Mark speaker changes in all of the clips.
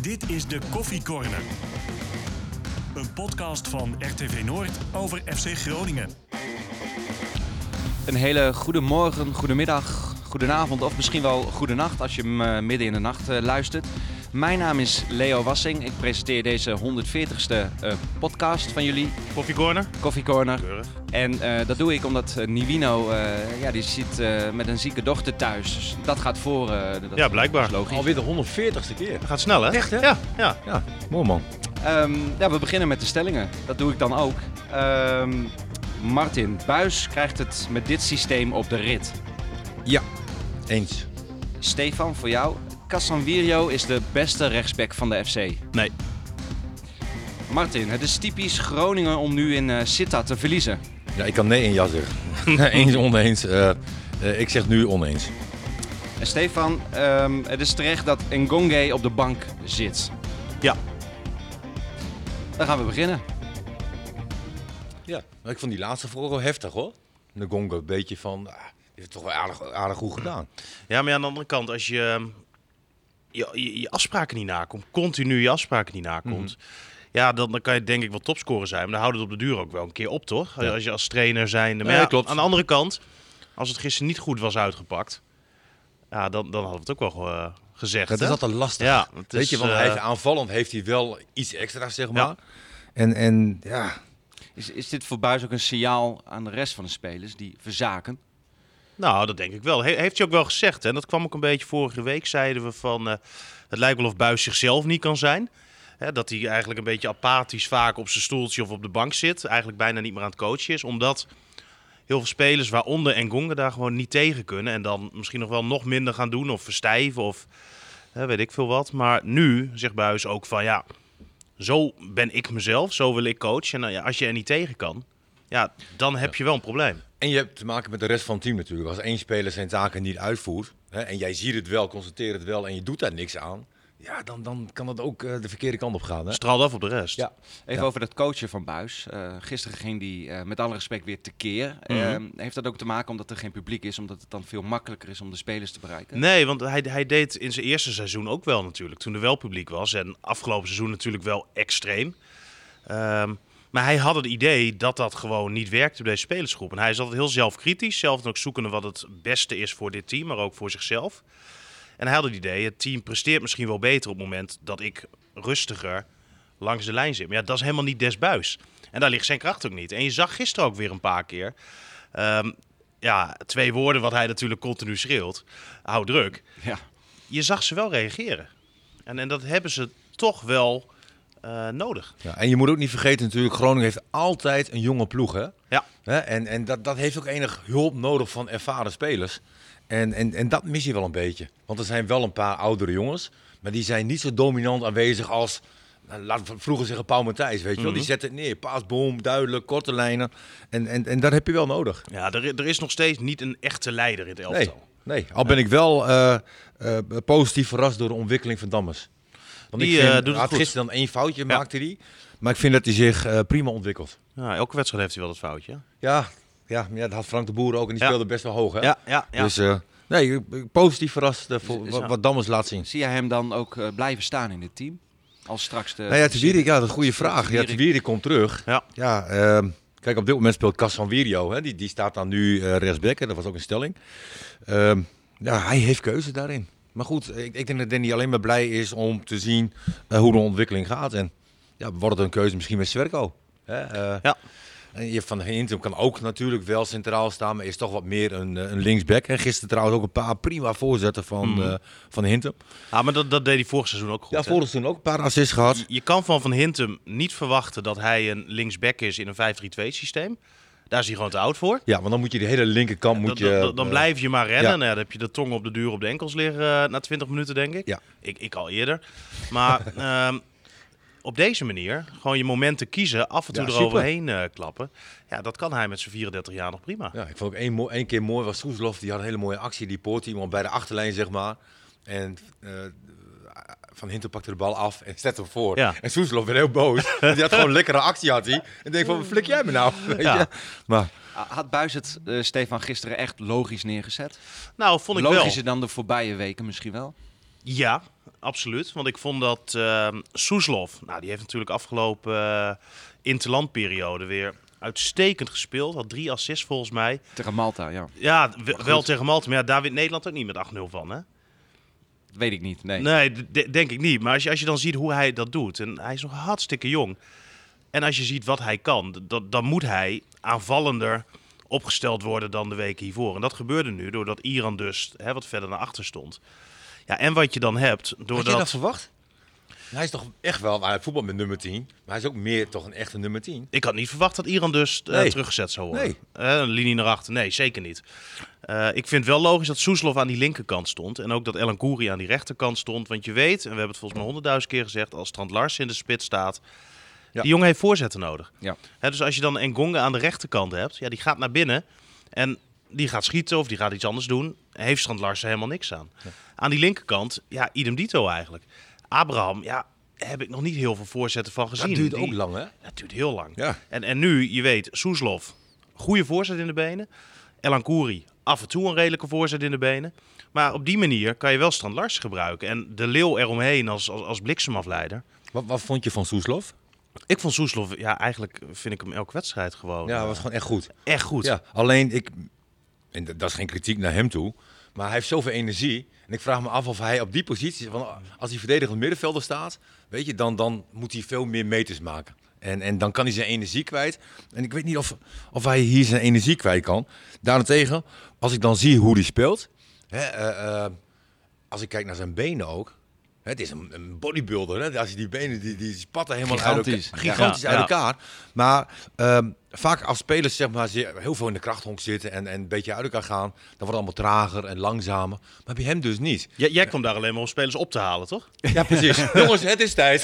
Speaker 1: Dit is de Koffie Corner. Een podcast van RTV Noord over FC Groningen.
Speaker 2: Een hele goede morgen, goedemiddag, goedenavond of misschien wel goedenacht als je hem eh, midden in de nacht eh, luistert. Mijn naam is Leo Wassing. Ik presenteer deze 140ste eh, podcast van jullie,
Speaker 3: Koffie Corner.
Speaker 2: Coffee Corner.
Speaker 3: Keurig.
Speaker 2: En eh, dat doe ik omdat eh, Nivino eh, ja, die zit eh, met een zieke dochter thuis. Dus dat gaat voor. eh, dat
Speaker 3: Ja, blijkbaar.
Speaker 2: is logisch.
Speaker 4: Alweer de 140ste keer.
Speaker 3: Dat gaat snel, hè?
Speaker 4: Echt, hè?
Speaker 3: Ja, ja.
Speaker 4: Ja, mooi man.
Speaker 2: Ehm, ja, we beginnen met de stellingen. Dat doe ik dan ook. Ehm, Martin Buis krijgt het met dit systeem op de rit.
Speaker 4: Eens.
Speaker 2: Stefan, voor jou. Casanvirio is de beste rechtsback van de FC.
Speaker 3: Nee.
Speaker 2: Martin, het is typisch Groningen om nu in eh Sitta te verliezen.
Speaker 4: Ja, ik kan nee en ja zeggen. Nee, eens, oneens. Eh, eh, ik zeg nu oneens.
Speaker 2: En Eh, Stefan, ehm, het is terecht dat Ngonge op de bank zit.
Speaker 3: Ja.
Speaker 2: Dan gaan we beginnen.
Speaker 4: Ja. Ik vond die laatste vooral wel heftig hoor. De gongo, een beetje van, ah, die heeft het toch wel aardig, aardig goed gedaan.
Speaker 3: Ja, maar ja, aan de andere kant, als je ehm, je, je, je afspraken niet nakomt, continu je afspraken niet nakomt, ja, dan, dan kan je denk ik wel topscorer zijn. Maar dan houdt het op de duur ook wel een keer op, toch?
Speaker 4: Ja.
Speaker 3: Als je als trainer zijn. Maar
Speaker 4: Nee,
Speaker 3: ja,
Speaker 4: klopt.
Speaker 3: Aan de andere kant, als het gisteren niet goed was uitgepakt, ja, dan, dan hadden we het ook wel eh, gezegd.
Speaker 4: Dat is
Speaker 3: hè?
Speaker 4: altijd lastig.
Speaker 3: Ja, het
Speaker 4: Weet
Speaker 3: is,
Speaker 4: je, want
Speaker 3: eh,
Speaker 4: hij heeft aanvallend heeft hij wel iets extra, zeg maar.
Speaker 3: Ja.
Speaker 4: En, en ja,
Speaker 2: Is, is dit voor Buis ook een signaal aan de rest van de spelers die verzaken?
Speaker 3: Nou, dat denk ik wel. He- heeft hij ook wel gezegd. hè? En dat kwam ook een beetje vorige week. Zeiden we van. eh, het lijkt wel of Buis zichzelf niet kan zijn. Hè, dat hij eigenlijk een beetje apathisch vaak op zijn stoeltje of op de bank zit. Eigenlijk bijna niet meer aan het coachen is. Omdat heel veel spelers, waaronder Engonga, daar gewoon niet tegen kunnen. En dan misschien nog wel nog minder gaan doen of verstijven of hè, weet ik veel wat. Maar nu zegt Buis ook van ja. Zo ben ik mezelf, zo wil ik coachen. En nou ja, als je er niet tegen kan, ja, dan heb je wel een probleem.
Speaker 4: En je hebt te maken met de rest van het team natuurlijk. Als één speler zijn taken niet uitvoert hè, en jij ziet het wel, constateert het wel en je doet daar niks aan, ja, dan, dan kan dat ook eh, de verkeerde kant op gaan. Hè?
Speaker 3: Straal af op de rest.
Speaker 4: Ja.
Speaker 2: Even
Speaker 4: Ja.
Speaker 2: over dat coachen van Buis. gisteren ging die eh, met alle respect weer tekeer.
Speaker 3: Mhm.
Speaker 2: Ehm, heeft dat ook te maken omdat er geen publiek is, omdat het dan veel makkelijker is om de spelers te bereiken?
Speaker 3: Nee, want hij, hij deed in zijn eerste seizoen ook wel natuurlijk, toen er wel publiek was. En afgelopen seizoen natuurlijk wel extreem. Ehm, maar hij had het idee dat dat gewoon niet werkte bij deze spelersgroep. En hij is altijd heel zelfkritisch, zelf dan ook zoekende wat het beste is voor dit team, maar ook voor zichzelf. En hij had het idee, het team presteert misschien wel beter op het moment dat ik rustiger langs de lijn zit. Maar ja, dat is helemaal niet des buis. En daar ligt zijn kracht ook niet. En je zag gisteren ook weer een paar keer. ehm, ja, twee woorden wat hij natuurlijk continu schreeuwt. Hou druk
Speaker 2: Ja.
Speaker 3: je zag ze wel reageren. En, en dat hebben ze toch wel eh, nodig.
Speaker 4: Ja, en je moet ook niet vergeten natuurlijk, Groningen heeft altijd een jonge ploeg. Hè?
Speaker 3: Ja.
Speaker 4: Hè, En, en dat, dat heeft ook enig hulp nodig van ervaren spelers. En, en, en dat mis je wel een beetje. Want er zijn wel een paar oudere jongens, maar die zijn niet zo dominant aanwezig als... nou, Laat we vroeger zeggen Paul Matthijs, weet je wel. Die
Speaker 3: Mhm.
Speaker 4: zet het neer. Paasboom, duidelijk, korte lijnen. En, en, en dat heb je wel nodig.
Speaker 3: Ja, er, er is nog steeds niet een echte leider in het elftal.
Speaker 4: Nee, nee. al ben ik wel eh, eh, positief verrast door de ontwikkeling van Dammers. Want
Speaker 3: Die,
Speaker 4: ik vind,
Speaker 3: eh, doet het
Speaker 4: hij had
Speaker 3: goed.
Speaker 4: gisteren dan één foutje, maakte hij. Maar ik vind dat hij zich eh, prima ontwikkelt.
Speaker 3: Ja, elke wedstrijd heeft hij wel dat foutje. hè?
Speaker 4: Ja, ja, ja, dat had Frank de Boer ook en die
Speaker 3: Ja.
Speaker 4: speelde best wel hoog. Hè?
Speaker 3: ja,
Speaker 4: Dus eh, nee, ik- ik- positief verrast eh, voor
Speaker 2: Is- is-
Speaker 4: wat, wat Dammers laat zien.
Speaker 2: Zie jij hem dan ook eh, blijven staan in dit team? Als straks de.
Speaker 4: Nou ja, Tewierik, ja, dat is een goede vraag. Ja,
Speaker 2: Tewierik.
Speaker 4: Tewierik komt terug.
Speaker 3: Ja.
Speaker 4: Ja, ehm, kijk, op dit moment speelt Casanvirio. Hè, die, die staat dan nu eh rechtsback. en Dat was ook een stelling. Ehm, ja, hij heeft keuze daarin. Maar goed, ik, ik denk dat Danny alleen maar blij is om te zien eh, hoe de ontwikkeling gaat. En ja, wordt het een keuze misschien met Zwerko. Hè, eh,
Speaker 3: Ja.
Speaker 4: en je van Hintem kan ook natuurlijk wel centraal staan, maar is toch wat meer een, eh, een linksback. En gisteren trouwens ook een paar prima voorzetten van,
Speaker 3: Mhm.
Speaker 4: eh van Hintem.
Speaker 3: Ah, maar dat, dat deed hij vorig seizoen ook goed.
Speaker 4: Ja,
Speaker 3: hè?
Speaker 4: vorig seizoen ook een paar assists gehad.
Speaker 3: Je kan van Van Hintem niet verwachten dat hij een linksback is in een 5-3-2 systeem. Daar is hij gewoon te oud voor.
Speaker 4: Ja, want dan moet je die hele linkerkant moet
Speaker 3: dan,
Speaker 4: je.
Speaker 3: dan, dan
Speaker 4: eh,
Speaker 3: blijf je maar rennen.
Speaker 4: ja.
Speaker 3: Nou ja, dan heb je de tong op de duur op de enkels liggen eh, na 20 minuten, denk ik.
Speaker 4: Ja.
Speaker 3: Ik, ik al eerder. Maar ehm, op deze manier, gewoon je momenten kiezen, af en toe
Speaker 4: Ja,
Speaker 3: eroverheen eh, klappen. Ja, dat kan hij met zijn 34 jaar nog prima.
Speaker 4: Ja, ik vond ook één, mo- één keer mooi was Soeslof. Die had een hele mooie actie. Die poort iemand bij de achterlijn, zeg maar. En eh, Van Hinten pakte de bal af en zette hem voor.
Speaker 3: Ja.
Speaker 4: En Soeslof werd heel boos. want die had gewoon een lekkere actie, had hij. En denk van, wat flik jij me nou? Weet
Speaker 3: Ja.
Speaker 4: je? Maar
Speaker 2: Had Buis het, eh, Stefan, gisteren echt logisch neergezet?
Speaker 3: Nou, vond ik wel.
Speaker 2: Logischer dan de voorbije weken misschien wel.
Speaker 3: Ja, absoluut. Want ik vond dat ehm Soeslof, nou, die heeft natuurlijk afgelopen eh, interlandperiode weer uitstekend gespeeld. Had drie assists volgens mij.
Speaker 2: Tegen Malta, ja.
Speaker 3: Ja, we- wel tegen Malta, maar ja, daar wint Nederland ook niet met 8-0 van, hè?
Speaker 2: Dat weet ik niet. Nee.
Speaker 3: Nee, d- de- denk ik niet. Maar als je, als je dan ziet hoe hij dat doet, en hij is nog hartstikke jong. En als je ziet wat hij kan, d- dat, dan moet hij aanvallender opgesteld worden dan de weken hiervoor. En dat gebeurde nu, doordat Iran dus hè, wat verder naar achter stond. Ja, en wat je dan hebt,
Speaker 4: Had je dat
Speaker 3: doordat...
Speaker 4: verwacht? Hij is toch echt wel, hij voetbalt met nummer 10, maar hij is ook meer toch een echte nummer 10.
Speaker 3: Ik had niet verwacht dat Iran dus eh,
Speaker 4: Nee.
Speaker 3: teruggezet zou worden.
Speaker 4: Nee.
Speaker 3: Eh, een linie naar achter, nee, zeker niet. Eh, ik vind wel logisch dat Soeslof aan die linkerkant stond. En ook dat Ellen Koeri aan die rechterkant stond. Want je weet, en we hebben het volgens mij honderdduizend keer gezegd... als Strand Larsen in de spits staat...
Speaker 4: Ja.
Speaker 3: Die jongen heeft voorzetten nodig.
Speaker 2: Ja.
Speaker 3: Hè, dus als je dan Engonga aan de rechterkant hebt, ja, die gaat naar binnen en die gaat schieten of die gaat iets anders doen, heeft Strand Larsen helemaal niks aan. Aan die linkerkant, ja, idem dito eigenlijk. Abraham, ja, heb ik nog niet heel veel voorzetten van gezien.
Speaker 4: Dat duurt
Speaker 3: Die-
Speaker 4: ook lang, hè?
Speaker 3: Dat duurt heel lang.
Speaker 4: Ja.
Speaker 3: En, en nu, je weet, Soeslof, goede voorzet in de benen. Elan Kouri, af en toe een redelijke voorzet in de benen. Maar op die manier kan je wel Strand Larsen gebruiken. En de leeuw eromheen als, als, als bliksemafleider.
Speaker 4: Wat, wat vond je van Soeslof?
Speaker 3: Ik vond Soeslof, ja, eigenlijk vind ik hem elke wedstrijd gewoon
Speaker 4: Ja,
Speaker 3: eh,
Speaker 4: hij was gewoon echt goed.
Speaker 3: echt goed.
Speaker 4: Ja, alleen ik, en dat dat is geen kritiek naar hem toe, maar hij heeft zoveel energie. En ik vraag me af of hij op die positie, want als hij verdedigend middenvelder staat, weet je, dan, dan moet hij veel meer meters maken. En, en dan kan hij zijn energie kwijt. En ik weet niet of, of hij hier zijn energie kwijt kan. Daarentegen, als ik dan zie hoe hij speelt, hè, eh, eh, als ik kijk naar zijn benen ook. hè, Het is een, een bodybuilder. Hè? Als je die benen, die, die spatten helemaal uit
Speaker 2: Gigantisch.
Speaker 4: elkaar. Gigantisch
Speaker 3: Ja,
Speaker 4: uit
Speaker 3: ja.
Speaker 4: elkaar. Maar ehm, vaak als spelers zeg maar, ze- heel veel in de krachthonk zitten en, en een beetje uit elkaar gaan, dan wordt het allemaal trager en langzamer. Maar bij hem dus niet.
Speaker 3: J- jij kwam daar alleen maar om spelers op te halen, toch?
Speaker 4: Ja, precies. Jongens, het is tijd.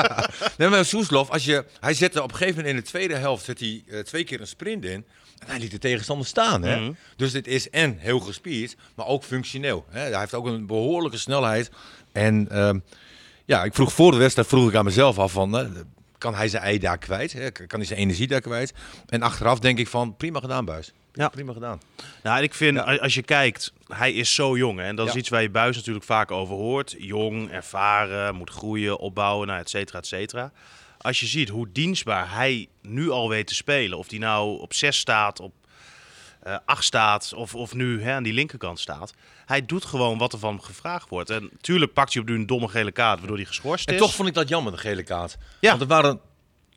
Speaker 4: nee, maar Soeslof, als je, hij zette op een gegeven moment in de tweede helft zet hij, eh, twee keer een sprint in. En hij liet de tegenstander staan. Hè?
Speaker 3: Mhm.
Speaker 4: Dus dit is en heel gespierd, maar ook functioneel. Hè? Hij heeft ook een behoorlijke snelheid. En ehm, ja, ik vroeg voor de wedstrijd vroeg ik aan mezelf af van... eh, kan hij zijn ei daar kwijt? Hè? Kan hij zijn energie daar kwijt? En achteraf denk ik van, prima gedaan, Buis.
Speaker 3: Ja.
Speaker 4: Prima gedaan.
Speaker 3: Nou, en ik vind, a- als je kijkt, hij is zo jong. Hè? En dat is
Speaker 4: Ja.
Speaker 3: iets waar je buis natuurlijk vaak over hoort. Jong, ervaren, moet groeien, opbouwen, nou, et cetera, et cetera. Als je ziet hoe dienstbaar hij nu al weet te spelen. Of die nou op 6 staat, op eh 8 staat of, of nu hè, aan die linkerkant staat. Hij doet gewoon wat er van hem gevraagd wordt. En tuurlijk pakt hij op nu een domme gele kaart, waardoor hij geschorst
Speaker 4: En
Speaker 3: is.
Speaker 4: toch vond ik dat jammer, de gele kaart.
Speaker 3: Ja.
Speaker 4: Want er waren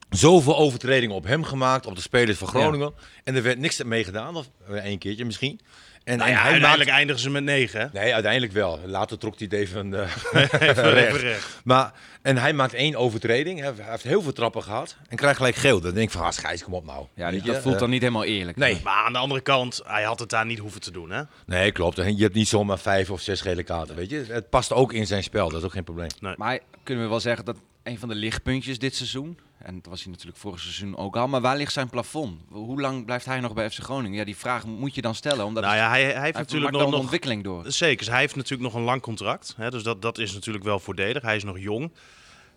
Speaker 4: zoveel overtredingen op hem gemaakt, op de spelers van Groningen. En er werd niks mee gedaan, of eh, één keertje misschien. En,
Speaker 3: nou
Speaker 4: en
Speaker 3: ja,
Speaker 4: hij
Speaker 3: uiteindelijk
Speaker 4: maakt-
Speaker 3: eindigen ze met 9.
Speaker 4: Nee, uiteindelijk wel. Later trok hij het even, eh,
Speaker 3: Even
Speaker 4: recht.
Speaker 3: recht.
Speaker 4: Maar, en hij maakt één overtreding. Hij heeft heel veel trappen gehad. En krijgt gelijk geel. Dan denk ik van, ah, schijs, kom op nou.
Speaker 2: Ja,
Speaker 4: Weet
Speaker 2: die-
Speaker 4: je,
Speaker 2: dat voelt
Speaker 4: eh,
Speaker 2: dan niet helemaal eerlijk.
Speaker 4: Nee,
Speaker 3: Maar aan de andere kant, hij had het daar niet hoeven te doen, hè?
Speaker 4: nee, klopt. En Je hebt niet zomaar vijf of zes gele kaarten, weet je. Het past ook in zijn spel, dat is ook geen probleem.
Speaker 2: Maar kunnen we wel zeggen dat een van de lichtpuntjes dit seizoen, en dat was hij natuurlijk vorig seizoen ook al, maar waar ligt zijn plafond? Hoe lang blijft hij nog bij FC Groningen? Ja, die vraag moet je dan stellen, omdat
Speaker 3: nou
Speaker 2: hij,
Speaker 3: ja, hij, hij heeft
Speaker 2: hij
Speaker 3: natuurlijk
Speaker 2: maakt
Speaker 3: nog,
Speaker 2: wel een
Speaker 3: nog
Speaker 2: ontwikkeling door.
Speaker 3: Zeker, hij heeft natuurlijk nog een lang contract. Hè, dus dat, dat is natuurlijk wel voordelig. Hij is nog jong.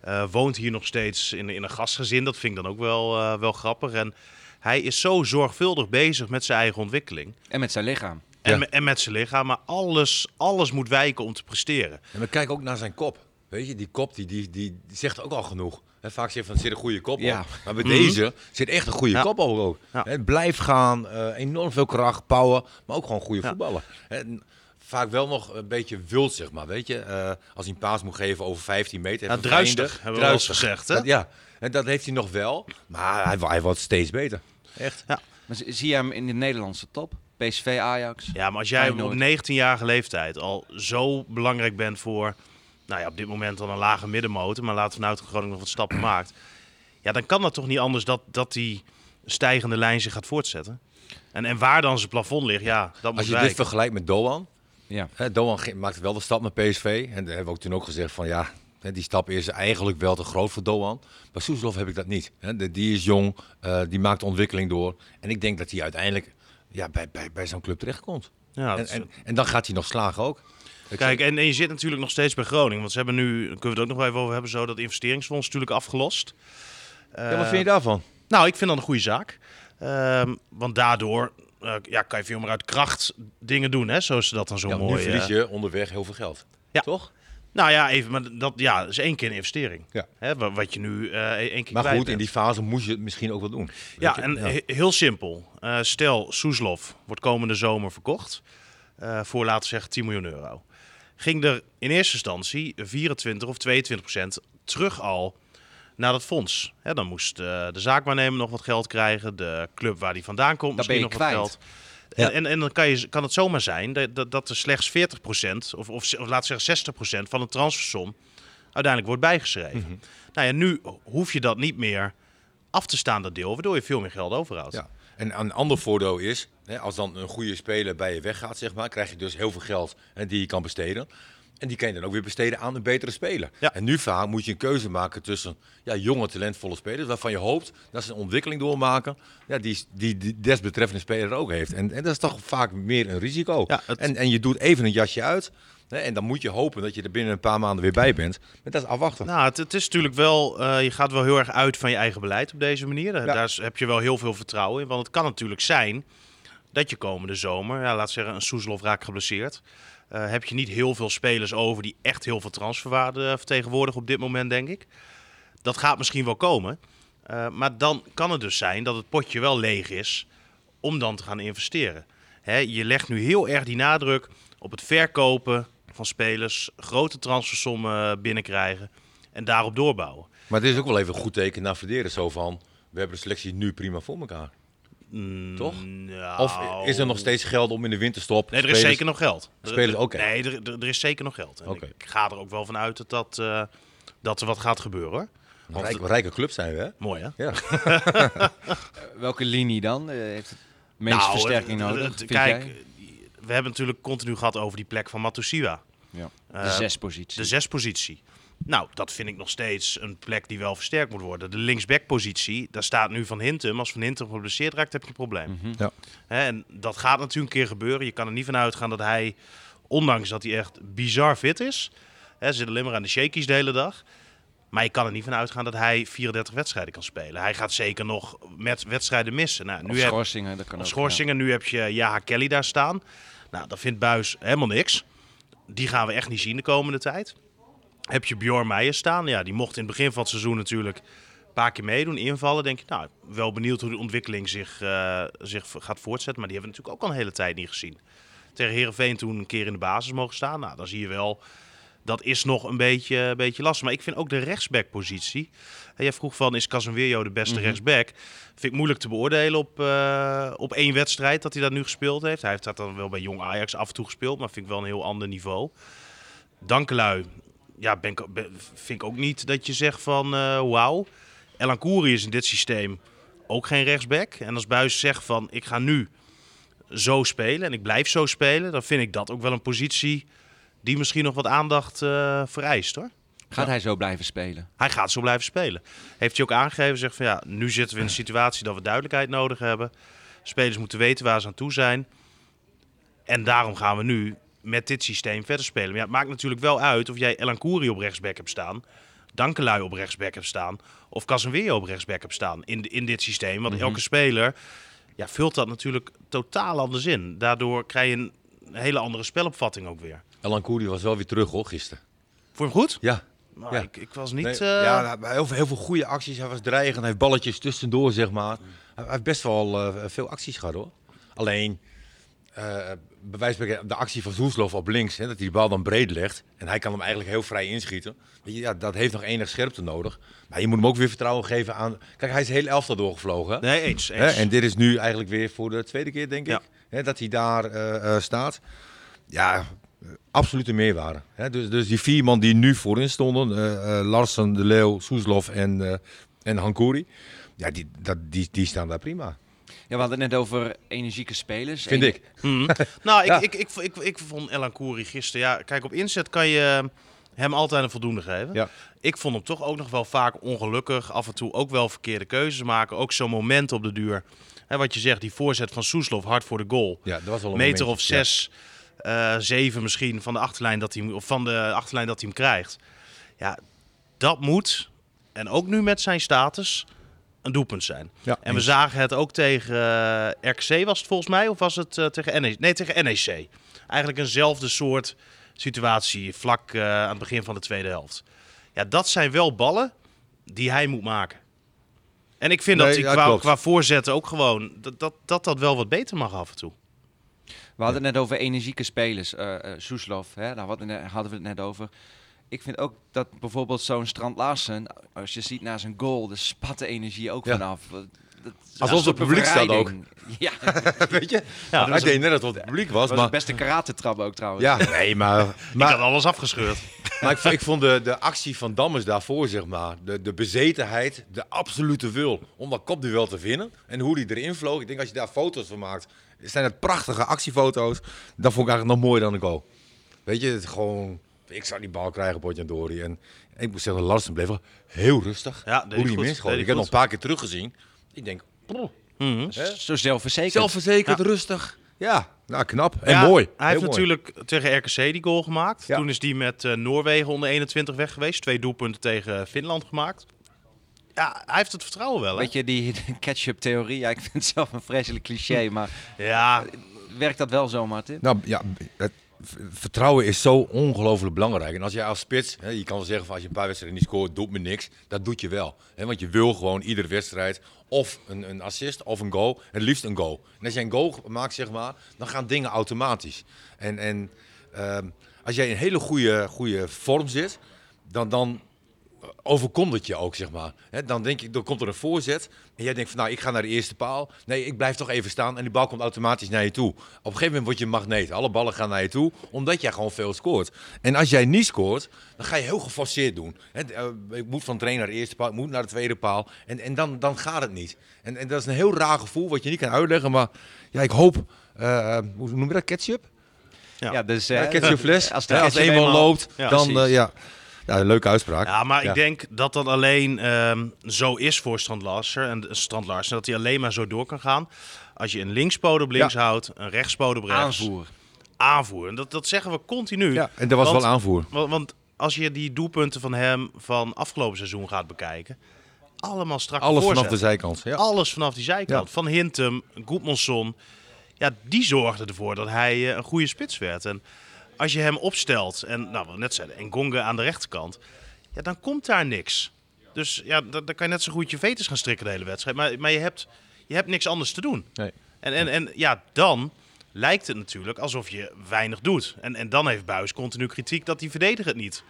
Speaker 3: eh, woont hier nog steeds in, in een gastgezin. Dat vind ik dan ook wel, eh, wel grappig. En hij is zo zorgvuldig bezig met zijn eigen ontwikkeling.
Speaker 2: En met zijn lichaam.
Speaker 3: En,
Speaker 4: Ja.
Speaker 3: me- en met zijn lichaam. Maar alles, alles moet wijken om te presteren.
Speaker 4: En we kijken ook naar zijn kop. Weet je, die kop die, die, die, die zegt ook al genoeg. Hè, vaak zeg je van, er zit een goede kop
Speaker 2: Ja.
Speaker 4: op. Maar bij
Speaker 3: Mhm.
Speaker 4: deze zit echt een goede
Speaker 3: Ja.
Speaker 4: kop op ook.
Speaker 3: Ja.
Speaker 4: Hè, blijf gaan, eh, enorm veel kracht, power, maar ook gewoon goede voetballer. Hè, n- vaak wel nog een beetje wild, zeg maar. Weet je, Eh, als hij een paas moet geven over 15 meter.
Speaker 3: Ja,
Speaker 4: even
Speaker 3: druistig,
Speaker 4: vreemde.
Speaker 3: hebben we wel eens gezegd, hè?
Speaker 4: Dat- ja, en dat heeft hij nog wel, maar hij, wo- hij wordt steeds beter. Echt.
Speaker 2: Maar z- zie je hem in de Nederlandse top? PSV, Ajax?
Speaker 3: Ja, maar als jij op
Speaker 2: Feyenoord.
Speaker 3: 19-jarige leeftijd al zo belangrijk bent voor... Nou ja, op dit moment dan een lage middenmotor. Maar laten we nou dat Groningen nog wat stappen maakt. Ja, dan kan dat toch niet anders dat, dat die stijgende lijn zich gaat voortzetten. En, en waar dan zijn plafond ligt, ja, dat moet
Speaker 4: Als je
Speaker 3: wijken.
Speaker 4: dit vergelijkt met Doan,
Speaker 2: Ja.
Speaker 4: Hè, Doan ge- maakte wel de stap naar PSV. En daar hebben we ook toen ook gezegd van ja, hè, die stap is eigenlijk wel te groot voor Doan. Bij Soeslof heb ik dat niet. Hè, de- Die is jong, eh, die maakt de ontwikkeling door. En ik denk dat hij uiteindelijk ja, bij, bij, bij zo'n club terechtkomt.
Speaker 3: Ja,
Speaker 4: en,
Speaker 3: dat-
Speaker 4: en, en dan gaat hij nog slagen ook. Ik-
Speaker 3: Kijk, en, en je zit natuurlijk nog steeds bij Groningen. Want ze hebben nu, daar kunnen we het ook nog wel even over hebben, zo dat investeringsfonds natuurlijk afgelost.
Speaker 4: ja, wat
Speaker 3: Eh,
Speaker 4: vind je daarvan?
Speaker 3: Nou, ik vind dat een goede zaak. Ehm, want daardoor eh, ja, kan je veel meer uit kracht dingen doen, hè, zoals ze dat dan zo
Speaker 4: Ja,
Speaker 3: mooi...
Speaker 4: nu verlies
Speaker 3: eh,
Speaker 4: je onderweg heel veel geld.
Speaker 3: Ja.
Speaker 4: Toch?
Speaker 3: Nou ja, even, maar dat ja, is één keer een investering.
Speaker 4: Ja.
Speaker 3: Hè, wa- wat je nu eh één keer
Speaker 4: Maar
Speaker 3: kwijt
Speaker 4: goed,
Speaker 3: bent.
Speaker 4: in die fase moest je het misschien ook wel doen.
Speaker 3: Ja,
Speaker 4: Weet je?
Speaker 3: en he- heel simpel. Eh, stel, Soeslof wordt komende zomer verkocht eh, voor, laten we zeggen, 10 miljoen euro. Ging er in eerste instantie 24 of 22 procent terug al naar dat fonds. Hè, dan moest eh, de zaakwaarnemer nog wat geld krijgen, de club waar die vandaan komt
Speaker 2: Dat ben
Speaker 3: misschien nog
Speaker 2: je
Speaker 3: wat
Speaker 2: kwijt.
Speaker 3: geld. En, en, en dan kan, je, kan het zomaar zijn dat, dat, dat er slechts 40 procent, of, of, ze- of laten we zeggen 60 procent van de transfersom uiteindelijk wordt bijgeschreven.
Speaker 4: Mhm.
Speaker 3: Nou ja, nu hoef je dat niet meer af te staan, dat deel, waardoor je veel meer geld overhoudt.
Speaker 4: Ja. En een ander voordeel is, hè, als dan een goede speler bij je weggaat, zeg maar, krijg je dus heel veel geld hè, die je kan besteden. En die kan je dan ook weer besteden aan een betere speler.
Speaker 3: Ja.
Speaker 4: En nu vaak moet je een keuze maken tussen ja, jonge, talentvolle spelers, waarvan je hoopt dat ze een ontwikkeling doormaken, ja, die, die, die desbetreffende speler ook heeft. En, en dat is toch vaak meer een risico.
Speaker 3: Ja, het-
Speaker 4: en, en je doet even een jasje uit, hè, en dan moet je hopen dat je er binnen een paar maanden weer bij bent. Maar dat is afwachten.
Speaker 3: Nou, het, het is natuurlijk wel, eh, je gaat wel heel erg uit van je eigen beleid op deze manier. Daar-
Speaker 4: Ja.
Speaker 3: Daar is- heb je wel heel veel vertrouwen in. Want het kan natuurlijk zijn dat je komende zomer, ja, laat zeggen, een Soeslof raakt geblesseerd. Eh, heb je niet heel veel spelers over die echt heel veel transferwaarde eh, vertegenwoordigen op dit moment, denk ik. Dat gaat misschien wel komen. Eh, maar dan kan het dus zijn dat het potje wel leeg is om dan te gaan investeren. Hè, je legt nu heel erg die nadruk op het verkopen van spelers, grote transfersommen binnenkrijgen en daarop doorbouwen.
Speaker 4: Maar het is ook wel even een goed teken naar verderen, zo van, we hebben de selectie nu prima voor elkaar.
Speaker 3: Mm,
Speaker 4: Toch?
Speaker 3: nou.
Speaker 4: Of is er nog steeds geld om in de winterstop?
Speaker 3: Nee, er is
Speaker 4: spelers-
Speaker 3: zeker nog geld. Er-
Speaker 4: spelers
Speaker 3: er-
Speaker 4: ook, hè?
Speaker 3: Nee, er, er, er is zeker nog geld. En
Speaker 4: Oké.
Speaker 3: Ik ga er ook wel van uit dat, dat, eh, dat er wat gaat gebeuren. hoor. Want-
Speaker 4: Rijk, rijke club zijn we, hè?
Speaker 3: Mooi hè?
Speaker 4: Ja.
Speaker 2: Welke linie dan? Eh, Heeft het meest
Speaker 3: Nou,
Speaker 2: versterking
Speaker 4: eh,
Speaker 3: het- het-
Speaker 2: nodig?
Speaker 3: het-
Speaker 2: vind
Speaker 3: Kijk,
Speaker 2: jij?
Speaker 3: we hebben natuurlijk continu gehad over die plek van Matusiwa.
Speaker 2: Ja.
Speaker 3: Eh,
Speaker 2: de zespositie.
Speaker 4: dus
Speaker 3: De zespositie. Nou, dat vind ik nog steeds een plek die wel versterkt moet worden. De linksbackpositie, daar staat nu Van Hintem. Als Van Hintem geblesseerd raakt, heb je een probleem.
Speaker 4: Ja.
Speaker 3: Hè, en dat gaat natuurlijk een keer gebeuren. Je kan er niet van uitgaan dat hij, ondanks dat hij echt bizar fit is... Hè, zit alleen maar aan de shakies de hele dag... Maar je kan er niet van uitgaan dat hij 34 wedstrijden kan spelen. Hij gaat zeker nog met wedstrijden missen. Nou,
Speaker 2: of
Speaker 3: heb-
Speaker 2: schorsingen, dat kan ook.
Speaker 3: of
Speaker 2: ja.
Speaker 3: schorsingen. Nu heb je Jaha Kelly daar staan. Nou, dat vindt Buis helemaal niks. Die gaan we echt niet zien de komende tijd. Heb je Bjorn Meijer staan. Ja, die mocht in het begin van het seizoen natuurlijk een paar keer meedoen, invallen. Denk je, nou, wel benieuwd hoe de ontwikkeling zich, eh, zich v- gaat voortzetten. Maar die hebben we natuurlijk ook al een hele tijd niet gezien. Tegen Herenveen toen een keer in de basis mogen staan. Nou, dan zie je wel, dat is nog een beetje, een beetje lastig. Maar ik vind ook de rechtsbackpositie. En Jij vroeg van, is Casemiro de beste rechtsback? Vind ik moeilijk te beoordelen op, eh, op één wedstrijd dat hij dat nu gespeeld heeft. Hij heeft dat dan wel bij Jong Ajax af en toe gespeeld, maar vind ik wel een heel ander niveau. Dankelui, ja, ben, ik- ben- vind ik ook niet dat je zegt van, eh wauw. Elan Koeri is in dit systeem ook geen rechtsback. En als Buis zegt van, ik ga nu zo spelen en ik blijf zo spelen, dan vind ik dat ook wel een positie die misschien nog wat aandacht eh, vereist hoor.
Speaker 2: Gaat hij zo blijven spelen?
Speaker 3: Hij gaat zo blijven spelen. Heeft hij ook aangegeven, zegt van ja, nu zitten we in een situatie dat we duidelijkheid nodig hebben. Spelers moeten weten waar ze aan toe zijn. En daarom gaan we nu met dit systeem verder spelen. Maar ja, het maakt natuurlijk wel uit of jij Elan Kouri op rechtsback hebt staan, Dankelui op rechtsback hebt staan of Casemiro op rechtsback hebt staan in, in dit systeem. Want elke speler ja, vult dat natuurlijk totaal anders in. Daardoor krijg je een hele andere spelopvatting ook weer.
Speaker 4: Alan Koeri was wel weer terug, hoor, gisteren.
Speaker 3: Vond je hem goed?
Speaker 4: Ja.
Speaker 3: Nou,
Speaker 4: Ja.
Speaker 3: ik, ik was niet...
Speaker 4: Nee,
Speaker 3: eh,
Speaker 4: ja nou, maar heel, veel, heel veel goede acties. Hij was dreigend. Hij heeft balletjes tussendoor, zeg maar. Hij hij heeft best wel eh, veel acties gehad, hoor. Alleen, eh bij wijze van spreken, de actie van Zoeslof op links, hè, dat hij de bal dan breed legt. En hij kan hem eigenlijk heel vrij inschieten. Weet je, ja, dat heeft nog enig scherpte nodig. Maar je moet hem ook weer vertrouwen geven aan... Kijk, hij is heel elftal doorgevlogen. hè?
Speaker 3: Nee, eens.
Speaker 4: Hè,
Speaker 3: eens.
Speaker 4: en dit is nu eigenlijk weer voor de tweede keer, denk
Speaker 3: Ja.
Speaker 4: ik, hè, dat hij daar eh, eh, staat. Ja, eh, absolute meerwaarde. Hè, dus, dus die vier man die nu voorin stonden, eh, eh, Larsen, De Leeuw, Soeslof en, eh en Hankouri, ja, die, dat, die, die staan daar prima,
Speaker 2: Ja, we hadden het net over energieke spelers.
Speaker 4: vind
Speaker 2: En-
Speaker 4: ik.
Speaker 3: Nou, ik,
Speaker 4: Ja.
Speaker 3: ik, ik, ik, ik vond Elan Koeri gisteren... Ja, kijk, op inzet kan je hem altijd een voldoende geven.
Speaker 4: Ja.
Speaker 3: Ik vond hem toch ook nog wel vaak ongelukkig. Af en toe ook wel verkeerde keuzes maken. Ook zo'n moment op de duur. Hè, wat je zegt, die voorzet van Soeslof hard voor de goal.
Speaker 4: Ja, dat was al een
Speaker 3: Meter
Speaker 4: momentje.
Speaker 3: of zes, eh, zeven misschien van de achterlijn dat hij, hem- of van de achterlijn dat hij hem krijgt. Ja, dat moet, en ook nu met zijn status, een doelpunt zijn.
Speaker 4: Ja,
Speaker 3: en we
Speaker 4: eens.
Speaker 3: zagen het ook tegen E eh, RKC was het volgens mij, of was het eh, tegen NEC? Nee, tegen NEC. Eigenlijk eenzelfde soort situatie vlak eh, aan het begin van de tweede helft. Ja, dat zijn wel ballen die hij moet maken. En ik vind
Speaker 4: Nee,
Speaker 3: dat ik
Speaker 4: ja,
Speaker 3: qua,
Speaker 4: klopt.
Speaker 3: qua voorzetten ook gewoon dat dat, dat dat wel wat beter mag af en toe.
Speaker 2: We hadden het net over energieke spelers. eh eh, Soeslof, hè, daar hadden we het- hadden we het net over. Ik vind ook dat bijvoorbeeld zo'n Strand Larsen, als je ziet na zijn goal, de spatte energie ook
Speaker 4: Ja.
Speaker 2: vanaf. Eh, Dat is
Speaker 4: Alsof
Speaker 2: een
Speaker 4: het
Speaker 2: soort
Speaker 4: publiek staat
Speaker 2: bevrijding. Ja, dat
Speaker 4: Weet je? Ah,
Speaker 3: Ja,
Speaker 4: ik deed net dat het publiek was,
Speaker 2: was
Speaker 4: maar...
Speaker 2: de beste karatetrap ook trouwens.
Speaker 4: Ja, nee, maar... maar
Speaker 3: ik had alles afgescheurd.
Speaker 4: Maar ik, ik vond de, de actie van Dammers daarvoor, zeg maar, de, de bezetenheid, de absolute wil om dat kopduel te winnen. En hoe die erin vloog. Ik denk als je daar foto's van maakt, zijn het prachtige actiefoto's. Dat vond ik eigenlijk nog mooier dan de goal. Weet je, het is gewoon, ik zou die bal krijgen, Potjandori. En ik moet zeggen, Larsen bleef wel heel rustig.
Speaker 3: Ja, deed
Speaker 4: hoe
Speaker 3: hij goed,
Speaker 4: die mist
Speaker 3: deed hij
Speaker 4: gewoon. Ik heb
Speaker 3: goed.
Speaker 4: nog een paar keer teruggezien. Ik denk, brrr,
Speaker 3: Mhm.
Speaker 2: Zo zelfverzekerd.
Speaker 4: zelfverzekerd, rustig. Ja, nou knap en
Speaker 3: Ja,
Speaker 4: mooi.
Speaker 3: Hij heeft
Speaker 4: Heel mooi.
Speaker 3: natuurlijk tegen RKC die goal gemaakt.
Speaker 4: Ja.
Speaker 3: Toen is die met eh, Noorwegen onder 21 weg geweest. Twee doelpunten tegen eh, Finland gemaakt. Ja, hij heeft het vertrouwen wel. Hè?
Speaker 2: Weet je, die ketchup theorie, ja, ik vind het zelf een vreselijk cliché, maar
Speaker 3: Ja,
Speaker 2: werkt dat wel zo, Martin?
Speaker 4: Nou ja, het v- vertrouwen is zo ongelooflijk belangrijk. En als jij als spits, hè, je kan wel zeggen van als je een paar wedstrijden niet scoort, doet me niks. Dat doet je wel. Hè, want je wil gewoon iedere wedstrijd of een, een assist of een goal. En het liefst een goal. En als jij een goal maakt, zeg maar, dan gaan dingen automatisch. En, en ehm, als jij in hele goede, goede vorm zit, dan, dan overkomt het je ook, zeg maar. Hè, dan denk ik, dan komt er een voorzet. En jij denkt van, nou, ik ga naar de eerste paal. Nee, ik blijf toch even staan. En die bal komt automatisch naar je toe. Op een gegeven moment word je een magneet. Alle ballen gaan naar je toe, omdat jij gewoon veel scoort. En als jij niet scoort, dan ga je heel geforceerd doen. Hè, d- eh, ik moet van trainer naar de eerste paal, ik moet naar de tweede paal. En, en dan, dan gaat het niet. En, en dat is een heel raar gevoel, wat je niet kan uitleggen. Maar ja, ik hoop, eh, hoe noem je dat, ketchup?
Speaker 3: Ja.
Speaker 2: Ja, dus,
Speaker 4: Ja,
Speaker 2: eh,
Speaker 4: ketchupfles.
Speaker 2: Als
Speaker 4: Als,
Speaker 2: de
Speaker 4: ja, als
Speaker 2: ketchup
Speaker 4: eenmaal
Speaker 2: eenmaal-
Speaker 4: loopt,
Speaker 3: Ja,
Speaker 4: dan,
Speaker 2: precies.
Speaker 4: eh, ja. ja, een leuke uitspraak.
Speaker 3: ja maar
Speaker 4: Ja.
Speaker 3: ik denk dat dat alleen ehm, zo is voor Strand Larsen. En eh, Strand Larsen, dat hij alleen maar zo door kan gaan. Als je een linkspode op links houdt, een rechtspode op rechts.
Speaker 2: aanvoer.
Speaker 3: Aanvoer. En dat, dat zeggen we continu.
Speaker 4: Ja, en dat was
Speaker 3: Want-
Speaker 4: wel aanvoer.
Speaker 3: Want, want als je die doelpunten van hem van afgelopen seizoen gaat bekijken. Allemaal strak
Speaker 4: Alles vanaf de zijkant. Ja.
Speaker 3: Alles vanaf die zijkant.
Speaker 4: Ja.
Speaker 3: Van Hintem, Goedmanson. Ja, die zorgden ervoor dat hij eh, een goede spits werd. En als je hem opstelt, en nou, wat we net zeiden, en Gonga aan de rechterkant. Ja, dan komt daar niks. Dus ja, da- dan kan je net zo goed je veters gaan strikken de hele wedstrijd. Maar, maar je, hebt, je hebt niks anders te doen.
Speaker 4: Nee.
Speaker 3: En, en, en ja, dan lijkt het natuurlijk alsof je weinig doet. En, en dan heeft Buis continu kritiek dat die verdediger het niet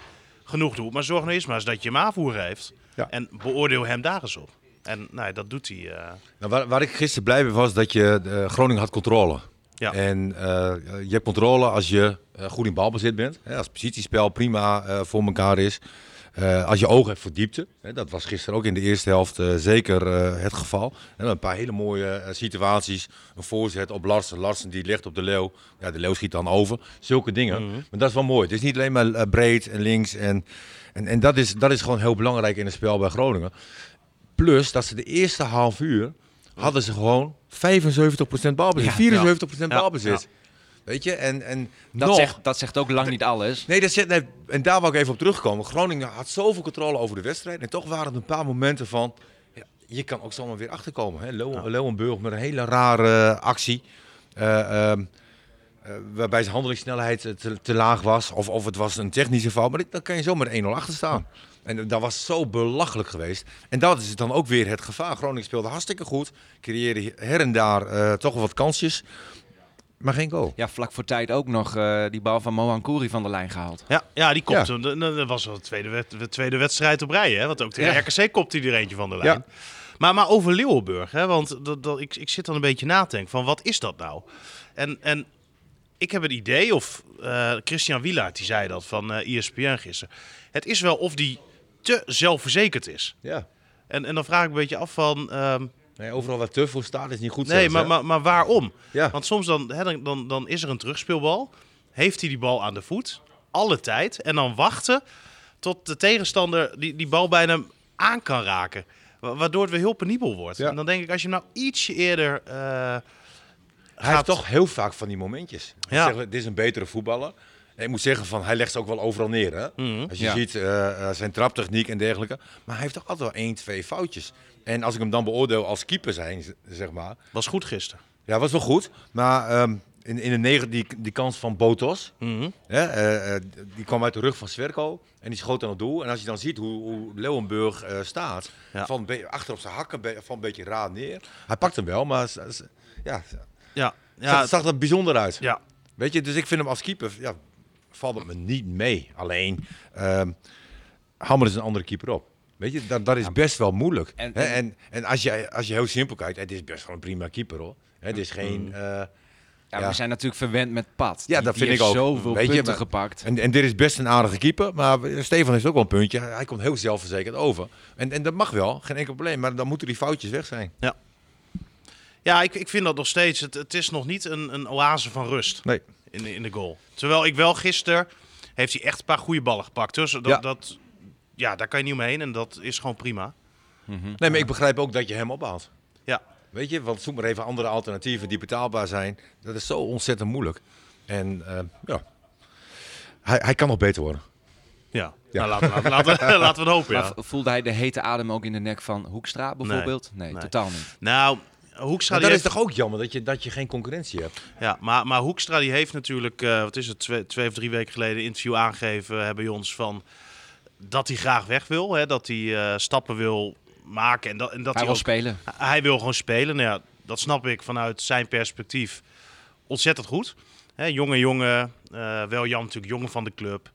Speaker 3: genoeg doet. Maar zorg nou eerst maar eens dat je hem aanvoer heeft.
Speaker 4: Ja.
Speaker 3: En beoordeel hem daar eens op. En nou, ja, dat doet hij. eh.
Speaker 4: Nou, waar, waar ik gisteren blij mee was, dat je eh, Groningen had controle.
Speaker 3: Ja.
Speaker 4: En eh, je hebt controle als je eh, goed in balbezit bent. Hè, als het positiespel prima eh, voor elkaar is. Eh, als je oog hebt voor diepte. Hè, dat was gisteren ook in de eerste helft eh, zeker eh, het geval. En een paar hele mooie eh, situaties. Een voorzet op Larsen. Larsen die ligt op de leeuw. Ja, de leeuw schiet dan over. Zulke dingen.
Speaker 2: Mhm.
Speaker 4: Maar dat is wel mooi. Het is niet alleen maar eh, breed en links. En, en, en dat, is, dat is gewoon heel belangrijk in het spel bij Groningen. Plus dat ze de eerste half uur hadden ze gewoon 75% balbezit. 74% balbezit. Weet je, en, en
Speaker 2: Dat,
Speaker 4: nog...
Speaker 2: zegt, dat zegt ook lang niet alles.
Speaker 4: Nee, dat zegt, nee, en daar wou ik even op terugkomen. Groningen had zoveel controle over de wedstrijd. En toch waren het een paar momenten van... Ja, je kan ook zomaar weer achterkomen. Hè? Leeuwen- Leeuwenburg met een hele rare actie. eh, ehm, eh, waarbij zijn handelingssnelheid eh, te, te laag was. Of, of het was een technische fout. Maar dit- dan kan je zomaar 1-0 achter staan. En eh, dat was zo belachelijk geweest. En dat is dan ook weer het gevaar. Groningen speelde hartstikke goed. Creëerde her en daar eh, toch wel wat kansjes. Maar geen goal.
Speaker 2: Ja, vlak voor tijd ook nog eh, die bal van Mohan Kouri van de lijn gehaald.
Speaker 3: ja, ja, die
Speaker 4: Ja.
Speaker 3: kopte. hem. Dat dat was wel de tweede, wed- de tweede wedstrijd op rij. Hè? Want ook tegen
Speaker 2: Ja.
Speaker 3: RKC kopte hij er eentje van de lijn. Maar, maar over Leeuwenburg. Hè? Want dat, dat, ik, ik zit dan een beetje na te denken van wat is dat nou? En, en ik heb het idee, of eh, Christian Wielaert die zei dat van eh ESPN gisteren. Het is wel of die te zelfverzekerd is.
Speaker 4: Ja.
Speaker 3: En, en dan vraag ik me een beetje af van... ehm,
Speaker 4: Nee, overal waar te voor staat is niet goed.
Speaker 3: Nee,
Speaker 4: zelfs,
Speaker 3: maar,
Speaker 4: hè?
Speaker 3: maar, maar waarom?
Speaker 4: Ja.
Speaker 3: Want soms dan, hè, dan, dan, dan is er een terugspeelbal. Heeft hij die bal aan de voet? Alle tijd. En dan wachten tot de tegenstander die, die bal bijna aan kan raken. Wa- Waardoor het weer heel penibel wordt.
Speaker 4: Ja.
Speaker 3: En dan denk ik, als je hem nou ietsje eerder... eh,
Speaker 4: Hij
Speaker 3: gaat-
Speaker 4: heeft toch heel vaak van die momentjes.
Speaker 3: Ja.
Speaker 4: Ja. dit is een betere voetballer. En ik moet zeggen, van, hij legt ze ook wel overal neer. Hè? Als je
Speaker 2: Ja.
Speaker 4: ziet eh, eh, zijn traptechniek en dergelijke. Maar hij heeft toch altijd wel één, twee foutjes. En als ik hem dan beoordeel als keeper zijn, z- zeg maar.
Speaker 3: was goed gisteren.
Speaker 4: Ja, was wel goed. Maar ehm, in, in de negen die, die kans van Botos. Hè, eh, eh, die kwam uit de rug van Zwerko en die schoot aan het doel. En als je dan ziet hoe, hoe Leeuwenburg eh, staat,
Speaker 3: Ja.
Speaker 4: van een beetje achter op zijn hakken, be- van een beetje raar neer. Hij pakt hem wel, maar ze- ze- ja, ze-
Speaker 3: Ja, ja,
Speaker 4: zag, zag er bijzonder uit.
Speaker 3: ja.
Speaker 4: Weet je, dus ik vind hem als keeper, ja, valt het me niet mee. Alleen, ehm Hammer is een andere keeper op. Weet je, dat, dat is best wel moeilijk.
Speaker 2: En-
Speaker 4: En, en, en, als, je, als je heel simpel kijkt, het is best gewoon een prima keeper hoor. Het is geen... eh,
Speaker 2: Ja,
Speaker 4: Ja.
Speaker 2: we zijn natuurlijk verwend met Pat. Die-
Speaker 4: Ja, dat
Speaker 2: die
Speaker 4: vind ik
Speaker 2: heeft
Speaker 4: ook.
Speaker 2: zoveel
Speaker 4: Weet je,
Speaker 2: punten
Speaker 4: maar-
Speaker 2: gepakt.
Speaker 4: En, en dit is best een aardige keeper, maar Stefan heeft ook wel een puntje. Hij komt heel zelfverzekerd over. En, en dat mag wel, geen enkel probleem. Maar dan moeten die foutjes weg zijn.
Speaker 3: ja ik, ik vind dat nog steeds. Het, het is nog niet een, een oase van rust
Speaker 4: Nee.
Speaker 3: in, de- in de goal. Terwijl ik wel gisteren heeft hij echt een paar goede ballen gepakt. Dus dat,
Speaker 4: Ja.
Speaker 3: dat, ja, daar kan je niet omheen en dat is gewoon prima.
Speaker 4: Nee, maar ik begrijp ook dat je hem ophaalt.
Speaker 3: Ja,
Speaker 4: Weet je, want zoek maar even andere alternatieven die betaalbaar zijn. Dat is zo ontzettend moeilijk. En eh, ja, hij, hij kan nog beter worden.
Speaker 3: Nou, ja.
Speaker 4: Ja.
Speaker 3: Nou, laten, we- laten, we- laten we het hopen.
Speaker 2: Maar
Speaker 3: Ja.
Speaker 2: v- voelde hij de hete adem ook in de nek van Hoekstra bijvoorbeeld? Nee,
Speaker 3: Nee.
Speaker 2: totaal niet.
Speaker 3: Nou, Hoekstra
Speaker 4: Maar
Speaker 3: die
Speaker 4: dat is
Speaker 3: heeft,
Speaker 4: toch ook jammer dat je, dat je geen concurrentie hebt.
Speaker 3: ja, maar, maar Hoekstra die heeft natuurlijk, eh, wat is het, twee, twee of drie weken geleden een interview aangegeven eh, bij ons van dat hij graag weg wil, hè, dat hij eh, stappen wil maken en dat, en
Speaker 2: Hij
Speaker 3: dat hij,
Speaker 2: wil
Speaker 3: ook,
Speaker 2: spelen.
Speaker 3: hij wil gewoon spelen. Nou ja, dat snap ik vanuit zijn perspectief ontzettend goed. Hè, jonge jongen, eh wel Jan natuurlijk jongen van de club.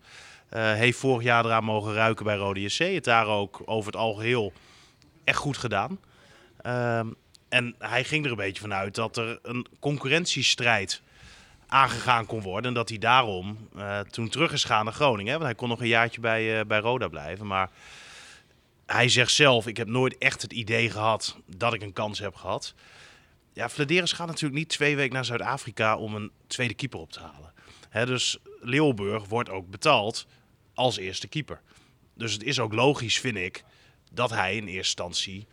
Speaker 3: Eh, heeft vorig jaar eraan mogen ruiken bij Rode JC. Het daar ook over het algeheel echt goed gedaan. Ehm, en hij ging er een beetje vanuit dat er een concurrentiestrijd aangegaan kon worden. En dat hij daarom eh, toen terug is gaan naar Groningen. Hè? Want hij kon nog een jaartje bij, eh, bij Roda blijven. Maar hij zegt zelf, ik heb nooit echt het idee gehad dat ik een kans heb gehad. Ja, Vladeris gaat natuurlijk niet twee weken naar Zuid-Afrika om een tweede keeper op te halen. Hè, dus Leeuwburg wordt ook betaald als eerste keeper. Dus het is ook logisch, vind ik, dat hij in eerste instantie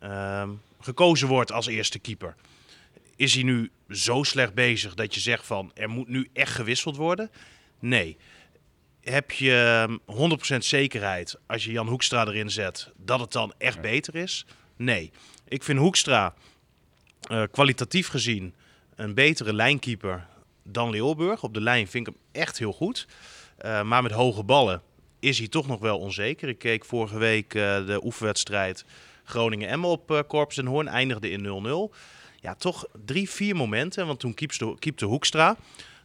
Speaker 3: ehm, gekozen wordt als eerste keeper. Is hij nu zo slecht bezig dat je zegt van er moet nu echt gewisseld worden? Nee. Heb je ehm, 100% zekerheid als je Jan Hoekstra erin zet dat het dan echt beter is? Nee. Ik vind Hoekstra eh, kwalitatief gezien een betere lijnkeeper dan Leeuwburg. Op de lijn vind ik hem echt heel goed. Eh, maar met hoge ballen is hij toch nog wel onzeker. Ik keek vorige week eh, de oefenwedstrijd Groningen-Emmen op eh Corpus en Hoorn. Eindigde in 0-0. Ja, toch drie, vier momenten. Want toen keepte, keepte Hoekstra.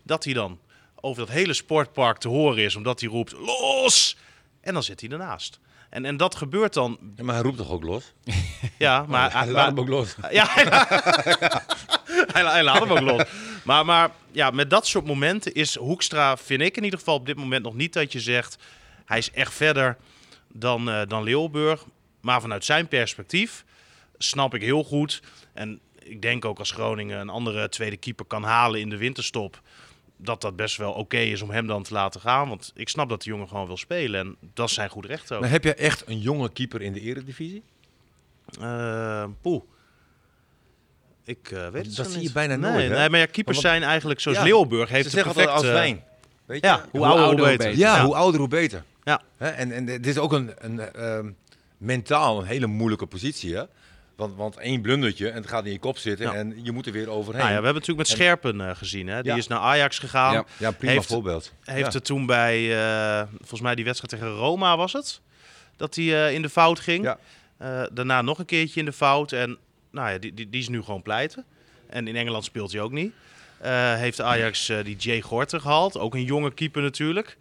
Speaker 3: Dat hij dan over dat hele sportpark te horen is. Omdat hij roept, los! En dan zit hij ernaast. En, en dat gebeurt dan.
Speaker 4: Ja, maar hij roept toch ook los?
Speaker 3: Ja, maar...
Speaker 4: hij laat
Speaker 3: maar-
Speaker 4: hem ook los.
Speaker 3: ja, hij, hij, hij laat hem ook los. Maar, maar ja, met dat soort momenten is Hoekstra, vind ik in ieder geval op dit moment nog niet dat je zegt... hij is echt verder dan, eh dan Leeuwburg. Maar vanuit zijn perspectief snap ik heel goed. En ik denk ook als Groningen een andere tweede keeper kan halen in de winterstop... dat dat best wel oké is om hem dan te laten gaan. Want ik snap dat de jongen gewoon wil spelen. En dat is zijn goed recht ook.
Speaker 4: Maar heb je echt een jonge keeper in de eredivisie?
Speaker 3: Eh, poeh. Ik eh, weet het
Speaker 4: dat
Speaker 3: zo
Speaker 4: zie
Speaker 3: niet.
Speaker 4: je bijna
Speaker 3: nee,
Speaker 4: nooit, hè?
Speaker 3: Nee, maar ja, keepers
Speaker 4: Want wat-
Speaker 3: zijn eigenlijk, zoals
Speaker 4: Ja,
Speaker 3: Leeuwburg Dus heeft
Speaker 4: Ze
Speaker 3: de
Speaker 4: zeggen altijd
Speaker 3: perfecte...
Speaker 4: als wijn. Weet je?
Speaker 3: Ja, hoe, ouder, hoe beter.
Speaker 4: Ja,
Speaker 3: Ja.
Speaker 4: hoe ouder hoe beter.
Speaker 3: Ja.
Speaker 4: Hè, en, en dit is ook een, een eh, ehm, mentaal een hele moeilijke positie. Hè? Want, want één blundertje en het gaat in je kop zitten
Speaker 3: Ja.
Speaker 4: en je moet er weer overheen.
Speaker 3: Nou ja, we hebben natuurlijk met Scherpen eh, gezien. Hè? Die
Speaker 4: Ja.
Speaker 3: is naar Ajax gegaan.
Speaker 2: Ja.
Speaker 4: Ja, prima
Speaker 3: Heeft-
Speaker 4: voorbeeld.
Speaker 3: Heeft
Speaker 4: ja.
Speaker 3: er toen bij, eh, volgens mij die wedstrijd tegen Roma was het, dat hij eh, in de fout ging.
Speaker 4: Ja.
Speaker 3: Eh, daarna nog een keertje in de fout. En nou ja, die, die, die is nu gewoon pleiten. En in Engeland speelt hij ook niet. Eh, heeft Ajax eh, die Jay Gorter gehaald. Ook een jonge keeper natuurlijk.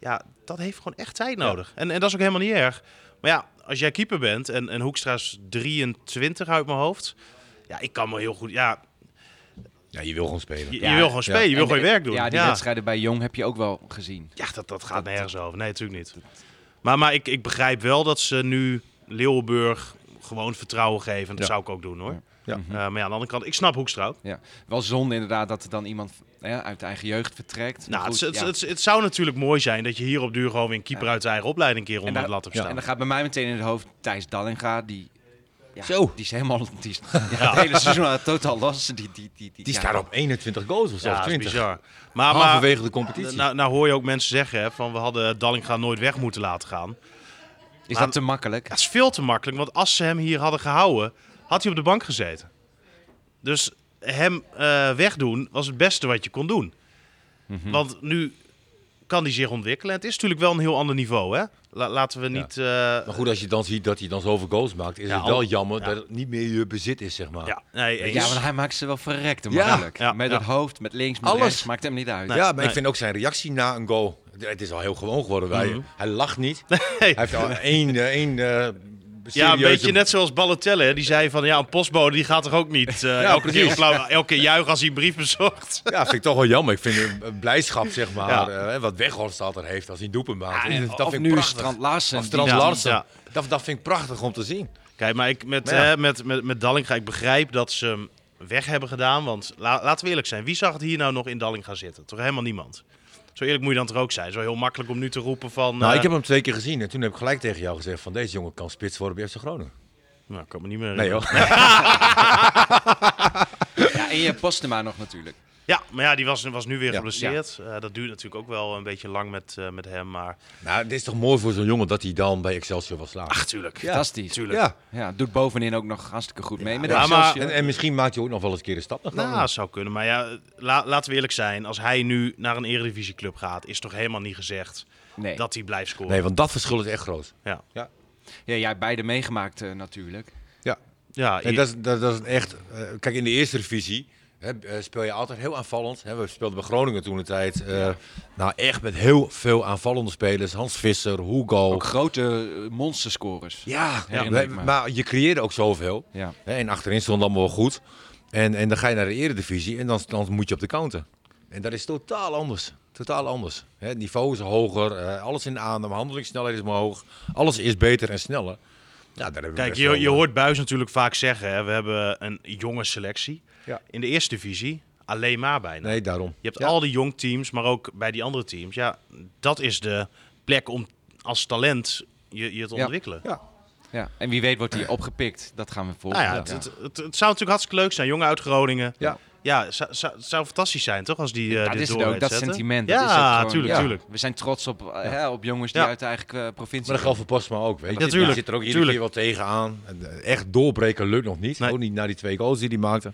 Speaker 3: Ja, dat heeft gewoon echt tijd nodig. En, en dat is ook helemaal niet erg. Maar ja, als jij keeper bent en, en Hoekstra is 23 uit mijn hoofd. Ja, ik kan me heel goed... Ja,
Speaker 4: ja, je wil gewoon spelen.
Speaker 3: je,
Speaker 2: Ja,
Speaker 3: je wil gewoon
Speaker 4: ja.
Speaker 3: spelen. Je wil
Speaker 2: En
Speaker 3: gewoon je
Speaker 2: de-
Speaker 3: werk doen.
Speaker 2: Ja, die wedstrijden bij Jong heb je ook wel gezien.
Speaker 3: Ja, dat, dat gaat nergens over. Nee, natuurlijk niet. Maar, maar ik, ik begrijp wel dat ze nu Leeuwenburg gewoon vertrouwen geven. Dat
Speaker 4: Ja.
Speaker 3: zou ik ook doen hoor.
Speaker 4: Ja.
Speaker 2: Mhm.
Speaker 3: Eh, maar ja, aan de andere kant, ik snap Hoekstra ook.
Speaker 2: Ja. Wel zonde inderdaad dat er dan iemand hè, uit de eigen jeugd vertrekt. Maar
Speaker 3: Nou,
Speaker 2: goed,
Speaker 3: het, het,
Speaker 2: ja.
Speaker 3: het, het zou natuurlijk mooi zijn dat je hier op duur gewoon weer een keeper uit de eigen opleiding een keer onder
Speaker 2: daar-
Speaker 3: het lat hebt staan.
Speaker 2: En dan gaat bij mij meteen in het hoofd Thijs Dallinga, die... Ja,
Speaker 4: Zo.
Speaker 2: Die is helemaal... Die is, ja, Het hele seizoen al totaal los. Die, die, die, die,
Speaker 4: Die
Speaker 2: ja.
Speaker 4: staat op 21 goals of zo,
Speaker 3: Ja,
Speaker 4: of
Speaker 3: dat is
Speaker 4: 20.
Speaker 3: bizar. Maar, maar
Speaker 4: Halverwege de competitie.
Speaker 3: nou, nou hoor je ook mensen zeggen hè, van we hadden Dallinga nooit weg moeten laten gaan.
Speaker 2: Is dat te makkelijk?
Speaker 3: Dat is veel te makkelijk, want als ze hem hier hadden gehouden, had hij op de bank gezeten. Dus eh, hem eh, wegdoen was het beste wat je kon doen.
Speaker 4: Mhm.
Speaker 3: Want nu kan hij zich ontwikkelen. Het is natuurlijk wel een heel ander niveau, hè? La- laten we niet... eh,
Speaker 4: Maar goed, als je dan ziet dat hij dan zoveel goals maakt, is
Speaker 3: Ja,
Speaker 4: het wel
Speaker 3: al-
Speaker 4: jammer
Speaker 3: ja.
Speaker 4: dat het niet meer je bezit is, zeg maar.
Speaker 3: ja, nee, eens.
Speaker 2: Ja, want hij maakt ze wel verrekte
Speaker 4: Ja.
Speaker 2: makkelijk.
Speaker 3: Ja,
Speaker 2: met
Speaker 3: ja.
Speaker 2: het hoofd, met links, met
Speaker 4: Alles.
Speaker 2: rechts. Maakt hem niet uit.
Speaker 4: Ja, maar
Speaker 3: nee.
Speaker 4: ik vind ook zijn reactie na een goal. Het is al heel gewoon geworden. Wij,
Speaker 3: Mhm.
Speaker 4: Hij lacht niet.
Speaker 3: Nee.
Speaker 4: Hij heeft al één, eh, één eh,
Speaker 3: Ja, een
Speaker 4: serieuze-
Speaker 3: beetje net zoals Balotelli. hè. Die zei van, ja, een postbode die gaat toch ook niet eh, elke, keer
Speaker 4: precies.
Speaker 3: applaus, elke keer juichen als hij een brief bezorgt.
Speaker 4: Ja, vind ik toch wel jammer. Ik vind een- een blijdschap, zeg maar,
Speaker 3: Ja.
Speaker 4: eh, wat Weghorst altijd heeft als hij doepen maakt.
Speaker 2: Ja,
Speaker 4: Is
Speaker 2: en
Speaker 4: het- dat
Speaker 2: of
Speaker 4: vind ik
Speaker 2: nu
Speaker 4: prachtig.
Speaker 2: Strand Larsen.
Speaker 4: Of Strand
Speaker 3: Ja.
Speaker 4: Larsen.
Speaker 3: Ja.
Speaker 4: Dat, dat vind ik prachtig om te zien.
Speaker 3: Kijk, maar ik, met,
Speaker 4: Maar ja.
Speaker 3: hè, met, met, met Dalling ga ik begrijpen dat ze hem weg hebben gedaan. Want la- laten we eerlijk zijn, wie zag het hier nou nog in Dalling gaan zitten? Toch helemaal niemand. Zo eerlijk moet je dan toch ook zijn. Zo heel makkelijk om nu te roepen van...
Speaker 4: Nou,
Speaker 3: eh,
Speaker 4: ik heb hem twee keer gezien en toen heb ik gelijk tegen jou gezegd van deze jongen kan spits worden bij FC Groningen.
Speaker 3: nou, ik kan me niet meer
Speaker 4: Nee
Speaker 3: herinneren.
Speaker 4: hoor.
Speaker 2: Ja, en je Postema nog natuurlijk.
Speaker 3: Ja, maar ja, die was, was nu weer
Speaker 4: Ja.
Speaker 3: geblesseerd. Eh, dat duurt natuurlijk ook wel een beetje lang met, eh, met hem. Maar
Speaker 4: Nou, het is toch mooi voor zo'n jongen dat hij dan bij Excelsior was slaagt.
Speaker 3: ach, tuurlijk.
Speaker 2: Fantastisch.
Speaker 3: tuurlijk.
Speaker 4: Ja.
Speaker 2: Ja, doet bovenin ook nog hartstikke goed mee. met
Speaker 3: Ja,
Speaker 2: Excelsior.
Speaker 4: En, en misschien maakt hij ook nog wel eens een keer een stap naar Groningen.
Speaker 3: Nou, zou kunnen. Maar ja, la- laten we eerlijk zijn. Als hij nu naar een eredivisieclub gaat, is toch helemaal niet gezegd
Speaker 2: Nee.
Speaker 3: dat hij blijft scoren.
Speaker 4: Nee, want dat verschil is echt groot.
Speaker 3: Ja,
Speaker 4: Ja.
Speaker 2: Ja, jij hebt beide meegemaakt eh, natuurlijk.
Speaker 4: ja.
Speaker 3: ja
Speaker 4: En
Speaker 3: i-
Speaker 4: dat, is, dat, dat is echt... eh, kijk, in de eerste divisie hè, eh, speel je altijd heel aanvallend. Hè, we speelden bij Groningen toen de tijd. eh, Nou, echt met heel veel aanvallende spelers. Hans Visser, Hugo.
Speaker 2: Ook grote eh, monsterscorers.
Speaker 4: Ja,
Speaker 2: herinner ik
Speaker 4: we-
Speaker 2: me.
Speaker 4: maar je creëerde ook zoveel.
Speaker 2: Ja.
Speaker 4: Hè, en achterin stond allemaal wel goed. En, en dan ga je naar de eredivisie en dan, dan moet je op de counter. En dat is totaal anders. Totaal anders. Hè, het niveau is hoger, eh, alles in de adem, handelingssnelheid is omhoog. Alles is beter en sneller. Ja, daar hebben we
Speaker 3: Kijk,
Speaker 4: best
Speaker 3: je,
Speaker 4: wel,
Speaker 3: je
Speaker 4: eh,
Speaker 3: hoort Buis natuurlijk vaak zeggen: hè, we hebben een jonge selectie.
Speaker 4: Ja.
Speaker 3: In de eerste divisie alleen maar bijna.
Speaker 4: Nee, daarom.
Speaker 3: Je hebt
Speaker 4: Ja.
Speaker 3: al die jong teams, maar ook bij die andere teams. Ja, dat is de plek om als talent je, je te
Speaker 2: Ja.
Speaker 3: ontwikkelen.
Speaker 4: Ja.
Speaker 2: Ja. En wie weet wordt hij opgepikt. Dat gaan we volgen.
Speaker 3: Nou ja, het,
Speaker 2: Ja.
Speaker 3: het, het, het zou natuurlijk hartstikke leuk zijn. Jongen uit Groningen.
Speaker 4: Ja.
Speaker 3: Ja, het zou, zou, het zou fantastisch zijn, toch? Als die eh
Speaker 2: Ja,
Speaker 3: dit
Speaker 2: dat is het
Speaker 3: door
Speaker 2: ook,
Speaker 3: weet
Speaker 2: dat
Speaker 3: zetten.
Speaker 2: sentiment.
Speaker 3: Ja,
Speaker 2: dat is het gewoon.
Speaker 3: tuurlijk,
Speaker 2: Ja.
Speaker 3: tuurlijk.
Speaker 2: We zijn trots op, eh, hè, op jongens die
Speaker 3: Ja.
Speaker 2: uit de eigen eh, provincie
Speaker 4: Maar dat geldt voor Postma ook, weet je.
Speaker 3: Ja, tuurlijk.
Speaker 4: Je zit er ook iedere
Speaker 3: Tuurlijk.
Speaker 4: keer wel tegenaan. En, eh, Echt doorbreken lukt nog niet.
Speaker 3: Nee.
Speaker 4: Ook niet na die twee goals die hij maakte.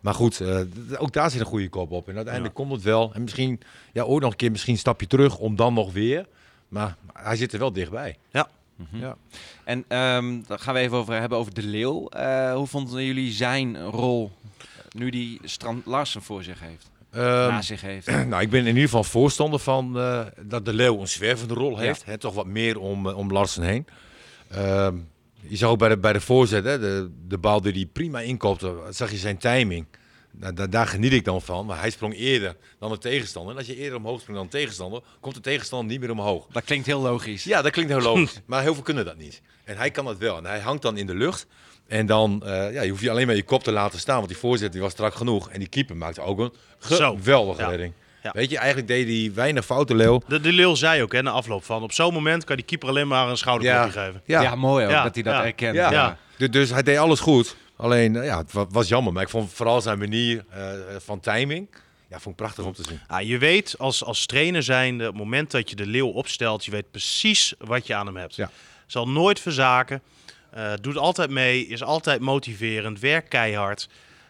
Speaker 4: Maar goed, eh, d- ook daar zit een goede kop op. En uiteindelijk komt het wel. En misschien, ja, ooit nog een keer misschien een stapje terug om dan nog weer. Maar hij zit er wel dichtbij.
Speaker 3: Ja.
Speaker 4: Ja.
Speaker 2: En ehm daar gaan we even over hebben over De Leeuw. Eh, hoe vonden jullie zijn rol eh, nu die Strand Larsen voor zich heeft?
Speaker 4: Ehm,
Speaker 2: na zich heeft.
Speaker 4: nou, ik ben in ieder geval voorstander van eh, dat de Leeuw een zwervende rol heeft. Hè, toch wat meer om, eh, om Larsen heen. Ehm, je zag ook bij de, bij de voorzet, hè, de, de bal die hij prima inkopte, zag je zijn timing. Nou, da- daar geniet ik dan van. Maar hij sprong eerder dan de tegenstander. En als je eerder omhoog springt dan de tegenstander, komt de tegenstander niet meer omhoog.
Speaker 2: Dat klinkt heel logisch.
Speaker 4: Ja, dat klinkt heel logisch. maar heel veel kunnen dat niet. En hij kan dat wel. En hij hangt dan in de lucht. En dan eh, ja, je hoef je alleen maar je kop te laten staan. Want die voorzet die was strak genoeg. En die keeper maakte ook een
Speaker 3: Zo.
Speaker 4: geweldige
Speaker 3: Ja.
Speaker 4: redding.
Speaker 3: Ja.
Speaker 4: Weet je, eigenlijk deed hij weinig fouten, Leo.
Speaker 3: De, de Leeuw zei ook hè, na afloop van... op zo'n moment kan die keeper alleen maar een schouderklopje geven.
Speaker 2: Ja,
Speaker 4: Ja. ja.
Speaker 2: mooi ook
Speaker 3: Ja,
Speaker 2: dat hij dat
Speaker 3: ja,
Speaker 2: herkent.
Speaker 4: ja.
Speaker 3: Ja.
Speaker 4: Du- Dus hij deed alles goed. Alleen, eh, ja, het wa- was jammer. Maar ik vond vooral zijn manier eh, van timing... Ja, vond ik prachtig om te zien.
Speaker 3: Ja, Ah, je weet als, als trainer zijnde, op het moment dat je de leeuw opstelt, je weet precies wat je aan hem hebt.
Speaker 4: Ja.
Speaker 3: Zal nooit verzaken, eh, doet altijd mee, is altijd motiverend, werkt keihard.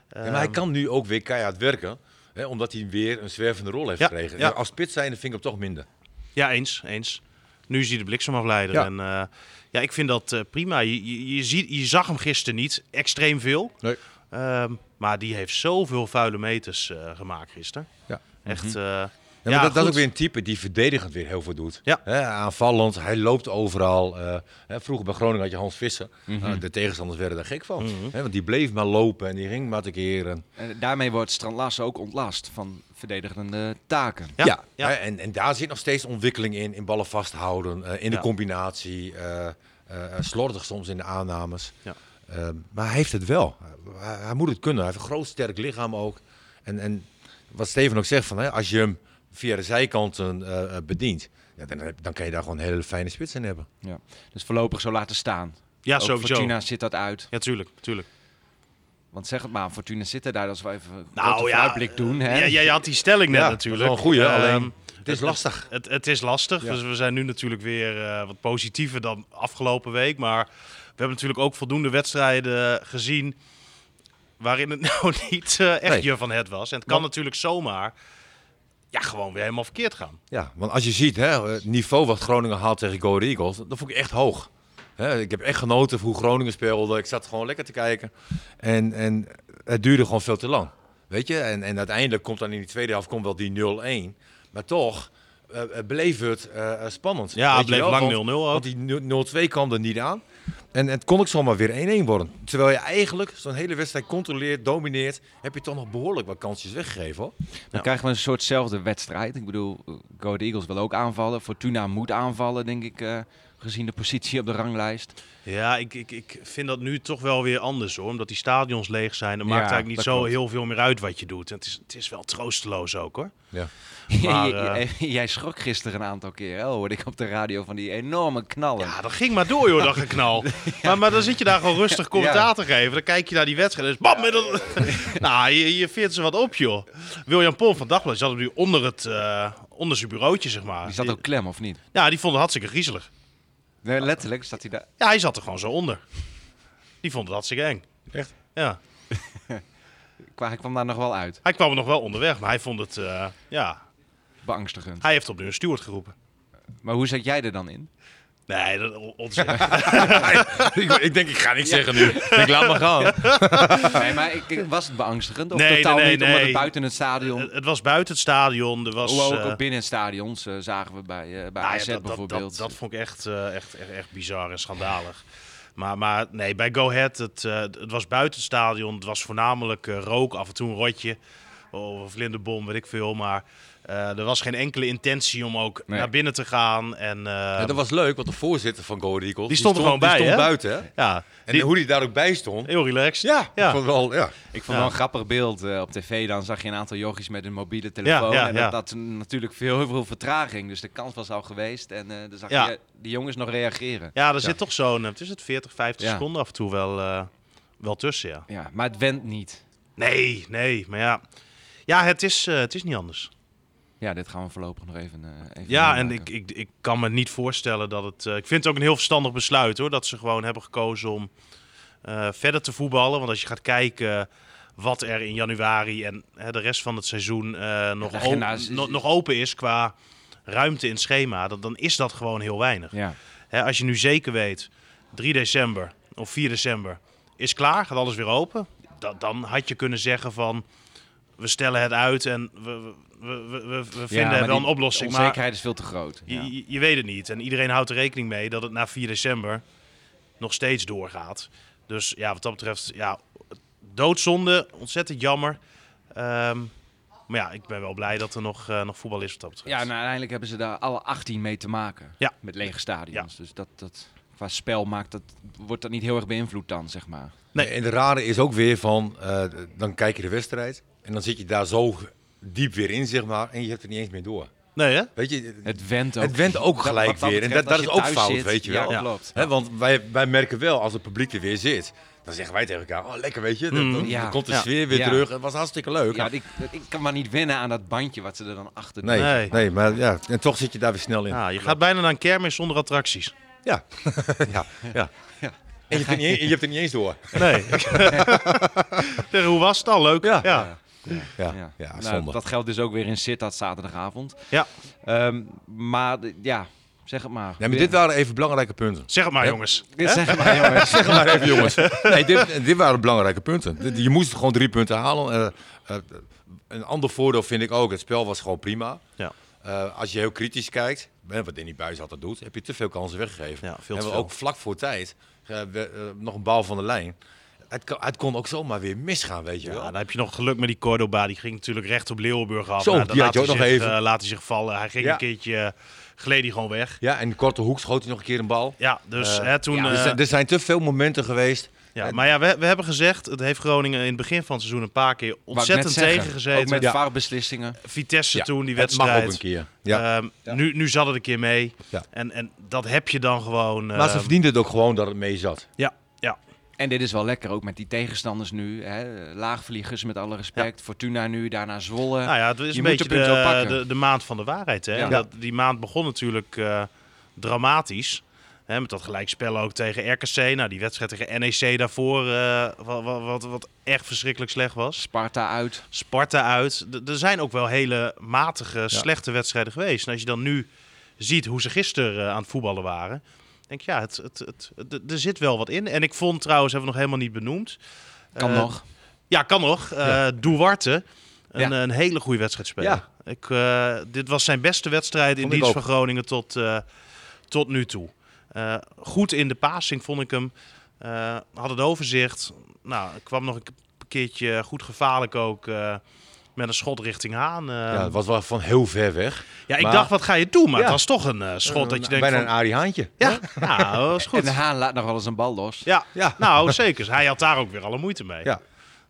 Speaker 3: Eh,
Speaker 4: Ja, maar
Speaker 3: Ehm.
Speaker 4: hij kan nu ook weer keihard werken. Hè, omdat hij weer een zwervende rol heeft
Speaker 3: Ja,
Speaker 4: gekregen.
Speaker 3: ja.
Speaker 4: Als spits zijnde vind ik hem toch minder.
Speaker 3: Ja, eens, eens. Nu is hij de bliksemafleider.
Speaker 4: Ja.
Speaker 3: En, eh, ja, ik vind dat eh, prima. Je, je, je, ziet, je zag hem gisteren niet extreem veel.
Speaker 4: Nee.
Speaker 3: Ehm, maar die heeft zoveel vuile meters eh, gemaakt gisteren.
Speaker 4: Ja.
Speaker 3: Echt. eh,
Speaker 4: Mhm. Ja, maar dat, dat
Speaker 3: goed.
Speaker 4: is ook weer een type die verdedigend weer heel veel doet.
Speaker 3: Ja.
Speaker 4: Hè, aanvallend, hij loopt overal. eh, hè, vroeger bij Groningen had je Hans Visser.
Speaker 3: Mhm.
Speaker 4: Nou, de tegenstanders werden daar gek van. Hè, want die bleef maar lopen en die ging maar te keren.
Speaker 2: En Eh, daarmee wordt Strand Larsen ook ontlast van verdedigende taken.
Speaker 3: Ja,
Speaker 4: Ja,
Speaker 3: ja.
Speaker 4: Hè, en, en daar zit nog steeds ontwikkeling in. In ballen vasthouden, eh, in de
Speaker 3: Ja.
Speaker 4: combinatie. eh, eh, slordig soms in de aannames.
Speaker 3: Ja.
Speaker 4: Eh, maar hij heeft het wel. Hij, hij moet het kunnen. Hij heeft een groot sterk lichaam ook. En, en wat Steven ook zegt, van, hè, als je hem via de zijkanten eh, eh, bedient... Ja, dan, heb- dan kan je daar gewoon een hele fijne spits in hebben.
Speaker 2: Ja. Dus voorlopig zo laten staan.
Speaker 3: Ja,
Speaker 2: ook
Speaker 3: sowieso.
Speaker 2: Fortuna zit dat uit.
Speaker 3: Ja, tuurlijk, tuurlijk.
Speaker 2: Want zeg het maar, Fortuna zit er daar als we even een
Speaker 3: Nou
Speaker 2: korte
Speaker 3: ja,
Speaker 2: vooruitblik doen. Hè?
Speaker 3: Ja, jij had die stelling net
Speaker 4: Ja,
Speaker 3: natuurlijk.
Speaker 4: Dat is wel een goeie,
Speaker 3: Ehm,
Speaker 4: alleen het is lastig.
Speaker 3: Het, het is lastig,
Speaker 4: Ja.
Speaker 3: dus we zijn nu natuurlijk weer eh, wat positiever dan afgelopen week. Maar we hebben natuurlijk ook voldoende wedstrijden gezien waarin het nou niet eh, echt
Speaker 4: Nee.
Speaker 3: je van het was. En het kan natuurlijk zomaar ja, gewoon weer helemaal verkeerd gaan.
Speaker 4: Ja, want als je ziet, hè, het niveau wat Groningen haalt tegen Go Ahead Eagles, dat vond ik echt hoog. Hè, ik heb echt genoten van hoe Groningen speelde. Ik zat gewoon lekker te kijken. En, en het duurde gewoon veel te lang. Weet je, en, en uiteindelijk komt dan in die tweede helft komt wel die 0-1. Maar toch eh, eh, bleef het eh, eh, spannend.
Speaker 3: Ja, het
Speaker 4: Weet je
Speaker 3: bleef
Speaker 4: wel,
Speaker 3: lang
Speaker 4: want-
Speaker 3: 0-0 ook.
Speaker 4: Want die 0-2 kwam er niet aan. En het kon ook zomaar weer 1-1 worden. Terwijl je eigenlijk zo'n hele wedstrijd controleert, domineert, heb je toch nog behoorlijk wat kansjes weggegeven hoor.
Speaker 2: Dan krijgen we een soortzelfde wedstrijd. Ik bedoel, eh, Go Ahead Eagles wil ook aanvallen. Fortuna moet aanvallen, denk ik, eh, gezien de positie op de ranglijst.
Speaker 3: Ja, ik, ik, ik vind dat nu toch wel weer anders hoor. Omdat die stadions leeg zijn. Het
Speaker 2: Ja,
Speaker 3: maakt eigenlijk niet
Speaker 2: dat
Speaker 3: zo
Speaker 2: klopt.
Speaker 3: heel veel meer uit wat je doet. En het, is, het is wel troosteloos ook hoor.
Speaker 4: Ja.
Speaker 3: Maar,
Speaker 2: jij, jij schrok gisteren een aantal keer, hè, hoorde ik op de radio, van die enorme knallen.
Speaker 3: Ja, dat ging maar door joh, dat geknal. maar, maar dan zit je daar gewoon rustig commentaar te geven. Dan kijk je naar die wedstrijd en dus bam! met een- nou, je, je veert ze wat op joh. William Pol van Dagblad zat hem nu onder, het, eh, onder zijn bureautje zeg maar.
Speaker 2: Die zat ook klem, of niet? Oh.
Speaker 3: Ja, die vond het hartstikke griezelig.
Speaker 2: Nee, letterlijk zat hij daar.
Speaker 3: Ja, hij zat er gewoon zo onder. Die vond het hartstikke eng.
Speaker 4: Echt?
Speaker 3: Ja.
Speaker 2: Ik kwam- Hij kwam daar nog wel uit,
Speaker 3: Hij kwam er nog wel onderweg, maar hij vond het, eh, ja...
Speaker 2: beangstigend.
Speaker 3: Hij heeft opnieuw een steward geroepen.
Speaker 2: Maar hoe zat jij er dan in?
Speaker 3: Nee, dat on- onzin.
Speaker 4: ik, ik denk, ik ga niks zeggen nu. Ik denk, laat maar gaan.
Speaker 2: Nee, maar ik, ik- was het beangstigend? Of
Speaker 3: Nee,
Speaker 2: totaal
Speaker 3: nee, nee,
Speaker 2: niet, omdat
Speaker 3: nee.
Speaker 2: het buiten het stadion...
Speaker 3: het was buiten het stadion. Er was,
Speaker 2: Hoewel
Speaker 3: eh,
Speaker 2: ook binnen het stadion eh, zagen we bij, eh, bij
Speaker 4: Ah,
Speaker 3: nou ja,
Speaker 2: AZ
Speaker 3: dat, dat-
Speaker 2: bijvoorbeeld.
Speaker 3: Dat, dat, vond ik echt, eh, echt, echt, echt bizar en schandalig. Maar, maar nee, bij Go Ahead, het, eh, het was buiten het stadion. Het was voornamelijk eh, rook, af en toe een rotje. Oh, Of een vlinderbom, weet ik veel. Maar eh, er was geen enkele intentie om ook
Speaker 2: Nee.
Speaker 3: naar binnen te gaan. En, eh,
Speaker 2: Ehm,
Speaker 4: Ja, dat was leuk, want de voorzitter van Go Ahead Eagles...
Speaker 3: Die stond er gewoon bij,
Speaker 4: Die stond
Speaker 3: hè?
Speaker 4: buiten, hè?
Speaker 3: ja,
Speaker 4: En
Speaker 3: die-
Speaker 4: hoe die daar ook bij stond.
Speaker 3: heel relaxed.
Speaker 4: Ja,
Speaker 3: Ja.
Speaker 4: Ik vond wel, ja.
Speaker 2: Ik vond
Speaker 3: Ja.
Speaker 2: wel een grappig beeld eh, op tv. Dan zag je een aantal jochies met een mobiele telefoon.
Speaker 3: ja,
Speaker 2: en
Speaker 3: ja.
Speaker 2: dat had natuurlijk veel, heel veel vertraging. Dus de kans was al geweest. En eh dan zag
Speaker 3: Ja.
Speaker 2: je die jongens nog reageren.
Speaker 3: Ja, er zit toch zo'n, eh, het is het 40, 50
Speaker 2: Ja.
Speaker 3: seconden af en toe wel, eh, wel tussen, ja.
Speaker 2: Ja, maar het went niet.
Speaker 3: Nee, nee, maar ja. Ja, het is, eh, het is niet anders.
Speaker 2: Ja, dit gaan we voorlopig nog even. eh, even
Speaker 3: Ja, en
Speaker 2: meemaken.
Speaker 3: ik, ik, ik kan me niet voorstellen dat het... eh, ik vind het ook een heel verstandig besluit, hoor. Dat ze gewoon hebben gekozen om eh, verder te voetballen. Want als je gaat kijken wat er in januari en hè, de rest van het seizoen eh, nog,
Speaker 2: de agenda
Speaker 3: op-
Speaker 2: is-
Speaker 3: nog- nog open is qua ruimte in het schema... Dan, dan is dat gewoon heel weinig.
Speaker 2: Ja.
Speaker 3: Hè, als je nu zeker weet, 3 december of 4 december is klaar, gaat alles weer open. Da- dan had je kunnen zeggen van, we stellen het uit en we, we, we, we- we
Speaker 2: Ja,
Speaker 3: vinden
Speaker 2: maar
Speaker 3: wel
Speaker 2: die
Speaker 3: een oplossing. Maar
Speaker 2: onzekerheid is veel te groot.
Speaker 3: je,
Speaker 2: Ja.
Speaker 3: je, je weet het niet. En iedereen houdt er rekening mee dat het na 4 december nog steeds doorgaat. Dus ja, wat dat betreft, ja, doodzonde, ontzettend jammer. Ehm, maar ja, ik ben wel blij dat er nog, eh, nog voetbal is wat dat betreft.
Speaker 2: Ja,
Speaker 4: nou-
Speaker 2: en uiteindelijk hebben ze daar alle 18 mee te maken.
Speaker 3: Ja.
Speaker 2: Met lege stadions. Dus dat, dat qua spel maakt dat, wordt dat niet heel erg beïnvloed dan, zeg maar.
Speaker 3: Nee.
Speaker 4: En het rare is ook weer van, eh, dan kijk je de wedstrijd en dan zit je daar zo diep weer in, zeg maar, en je hebt er niet eens meer door.
Speaker 3: Nee hè?
Speaker 4: Weet je,
Speaker 2: Het went ook.
Speaker 4: het went ook
Speaker 2: Dat-
Speaker 4: gelijk
Speaker 2: wat dat
Speaker 4: weer. En dat,
Speaker 2: betreft,
Speaker 4: dat
Speaker 2: als
Speaker 4: is
Speaker 2: je
Speaker 4: ook
Speaker 2: thuis
Speaker 4: fout,
Speaker 2: zit,
Speaker 4: weet je
Speaker 2: ja,
Speaker 4: wel.
Speaker 2: klopt.
Speaker 4: Hè, want wij, wij merken wel, als het publiek er weer zit, dan zeggen wij tegen elkaar, oh lekker, weet je. Dan, dan- dan
Speaker 2: Mhm. Ja.
Speaker 4: komt de
Speaker 2: Ja.
Speaker 4: sfeer weer
Speaker 2: Ja.
Speaker 4: terug. Het was hartstikke leuk.
Speaker 2: Ja, ik, ik kan maar niet wennen aan dat bandje wat ze er dan achter doen.
Speaker 4: nee,
Speaker 3: Nee.
Speaker 4: nee. maar ja, en toch zit je daar weer snel in.
Speaker 3: Ja, Ah, je gaat bijna naar een kermis zonder attracties.
Speaker 4: Ja. ja. ja. En je hebt, er niet, je hebt er niet eens door.
Speaker 3: Nee. Zeg, hoe was het al? Leuk. Ja. ja.
Speaker 4: Ja,
Speaker 2: Ja.
Speaker 4: ja.
Speaker 2: Nou,
Speaker 4: zonde.
Speaker 2: dat geldt dus ook weer in Sittard zaterdagavond. Ehm, maar d- ja, zeg het maar.
Speaker 4: Nee, maar dit waren even belangrijke punten.
Speaker 3: Zeg het maar, jongens.
Speaker 2: Dit zeg maar, jongens.
Speaker 4: Zeg maar even, jongens. Nee, dit, dit waren belangrijke punten. Dit- Je moest gewoon drie punten halen. Eh, eh, een ander voordeel vind ik ook, het spel was gewoon prima.
Speaker 3: Ja.
Speaker 4: Eh, als je heel kritisch kijkt, hè, wat Danny Buijs altijd doet, heb je te veel kansen weggegeven.
Speaker 3: Ja, veel te
Speaker 4: en we
Speaker 3: veel.
Speaker 4: ook vlak voor tijd eh, we- eh, nog een bal van de lijn. Het, kan- het kon ook zomaar weer misgaan, weet je
Speaker 3: Ja, nou-
Speaker 4: wel.
Speaker 3: dan heb je nog geluk met die Cordoba. Die ging natuurlijk recht op Leeuwenburg af.
Speaker 4: Zo,
Speaker 3: Nou, dan
Speaker 4: die
Speaker 3: laat
Speaker 4: had je
Speaker 3: hij
Speaker 4: ook nog
Speaker 3: zich,
Speaker 4: even.
Speaker 3: eh, laat hij zich vallen. Hij ging
Speaker 4: Ja.
Speaker 3: een keertje, eh, gleed hij gewoon weg.
Speaker 4: Ja, en de korte hoek schoot hij nog een keer een bal.
Speaker 3: Ja, dus
Speaker 4: Eh,
Speaker 3: hè, toen...
Speaker 2: ja,
Speaker 3: eh,
Speaker 4: Er zijn- er zijn te veel momenten geweest.
Speaker 3: ja, maar ja, we, we hebben gezegd, het heeft Groningen in het begin van het seizoen een paar keer
Speaker 2: Wou ik net
Speaker 3: ontzettend
Speaker 2: zeggen.
Speaker 3: tegengezeten.
Speaker 2: Ook met
Speaker 4: Ja.
Speaker 2: VAR-beslissingen.
Speaker 3: Vitesse
Speaker 4: Ja,
Speaker 3: toen, die
Speaker 4: het
Speaker 3: wedstrijd.
Speaker 4: mag ook een keer. Ja.
Speaker 3: Ehm, nu, nu zat het een keer mee.
Speaker 4: Ja.
Speaker 3: En, en dat heb je dan gewoon...
Speaker 4: maar ze
Speaker 3: ehm,
Speaker 4: verdienden het ook gewoon dat het mee zat.
Speaker 3: Ja, ja.
Speaker 2: En dit is wel lekker, ook met die tegenstanders nu. Hè. Laagvliegers, met alle respect. Fortuna nu, daarna Zwolle.
Speaker 3: Nou ja, het is
Speaker 2: Je
Speaker 3: een
Speaker 2: moet
Speaker 3: beetje
Speaker 2: de punten wel
Speaker 3: de,
Speaker 2: pakken.
Speaker 3: de, de maand van de waarheid. Hè?
Speaker 2: Ja.
Speaker 3: Dat, die maand begon natuurlijk eh, dramatisch. Hè, met dat gelijkspel ook tegen RKC. Nou, die wedstrijd tegen NEC daarvoor, eh, wat, wat, wat, wat echt verschrikkelijk slecht was.
Speaker 2: Sparta uit.
Speaker 3: Sparta uit. D- er zijn ook wel hele matige, slechte wedstrijden geweest. En als je dan nu ziet hoe ze gisteren eh, aan het voetballen waren, denk ik, ja, het, het, het, het- d- er zit wel wat in. En ik vond trouwens, hebben we nog helemaal niet benoemd.
Speaker 2: Kan
Speaker 3: eh,
Speaker 2: nog.
Speaker 3: Ja, kan nog. eh Duarte, een,
Speaker 2: Ja.
Speaker 3: een hele goede wedstrijd spelen.
Speaker 4: Ja.
Speaker 3: Ik, eh, dit was zijn beste wedstrijd in
Speaker 4: Vond ik
Speaker 3: dienst
Speaker 4: ook.
Speaker 3: van Groningen tot, eh, tot nu toe. Eh, goed in de passing vond ik hem. Eh, had het overzicht. Nou, ik kwam nog een keertje goed gevaarlijk ook eh, met een schot richting Haan. Eh,
Speaker 4: ja,
Speaker 3: ja,
Speaker 4: het was wel van heel ver weg.
Speaker 3: ik
Speaker 4: maar-
Speaker 3: dacht, wat ga je doen? Maar het
Speaker 4: Ja.
Speaker 3: was toch een eh, schot dat je denkt
Speaker 4: Bijna
Speaker 3: van...
Speaker 4: een Arie Haantje.
Speaker 3: Ja, nou, dat was
Speaker 2: En de
Speaker 3: goed.
Speaker 2: Haan laat nog wel eens een bal los.
Speaker 3: Ja,
Speaker 4: Ja.
Speaker 3: nou zeker. Hij had daar ook weer alle moeite mee.
Speaker 4: Ja.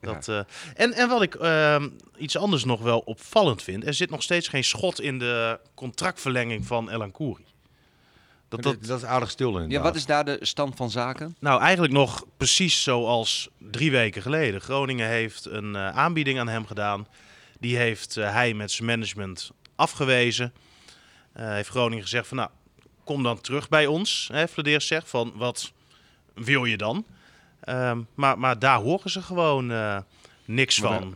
Speaker 3: Dat, eh, en, en wat ik ehm, iets anders nog wel opvallend vind, er zit nog steeds geen schot in de contractverlenging van El Ancoury. Dat, dat,
Speaker 4: Dat, dat is aardig stil inderdaad.
Speaker 2: Ja, wat is daar de stand van zaken?
Speaker 3: nou, eigenlijk nog precies zoals drie weken geleden. Groningen heeft een eh, aanbieding aan hem gedaan. Die heeft eh, hij met zijn management afgewezen. Eh, heeft Groningen gezegd van, nou, kom dan terug bij ons. Hè, Fladeers zegt van, wat wil je dan? Ehm, maar, maar daar horen ze gewoon eh, niks
Speaker 2: Maar-
Speaker 3: van.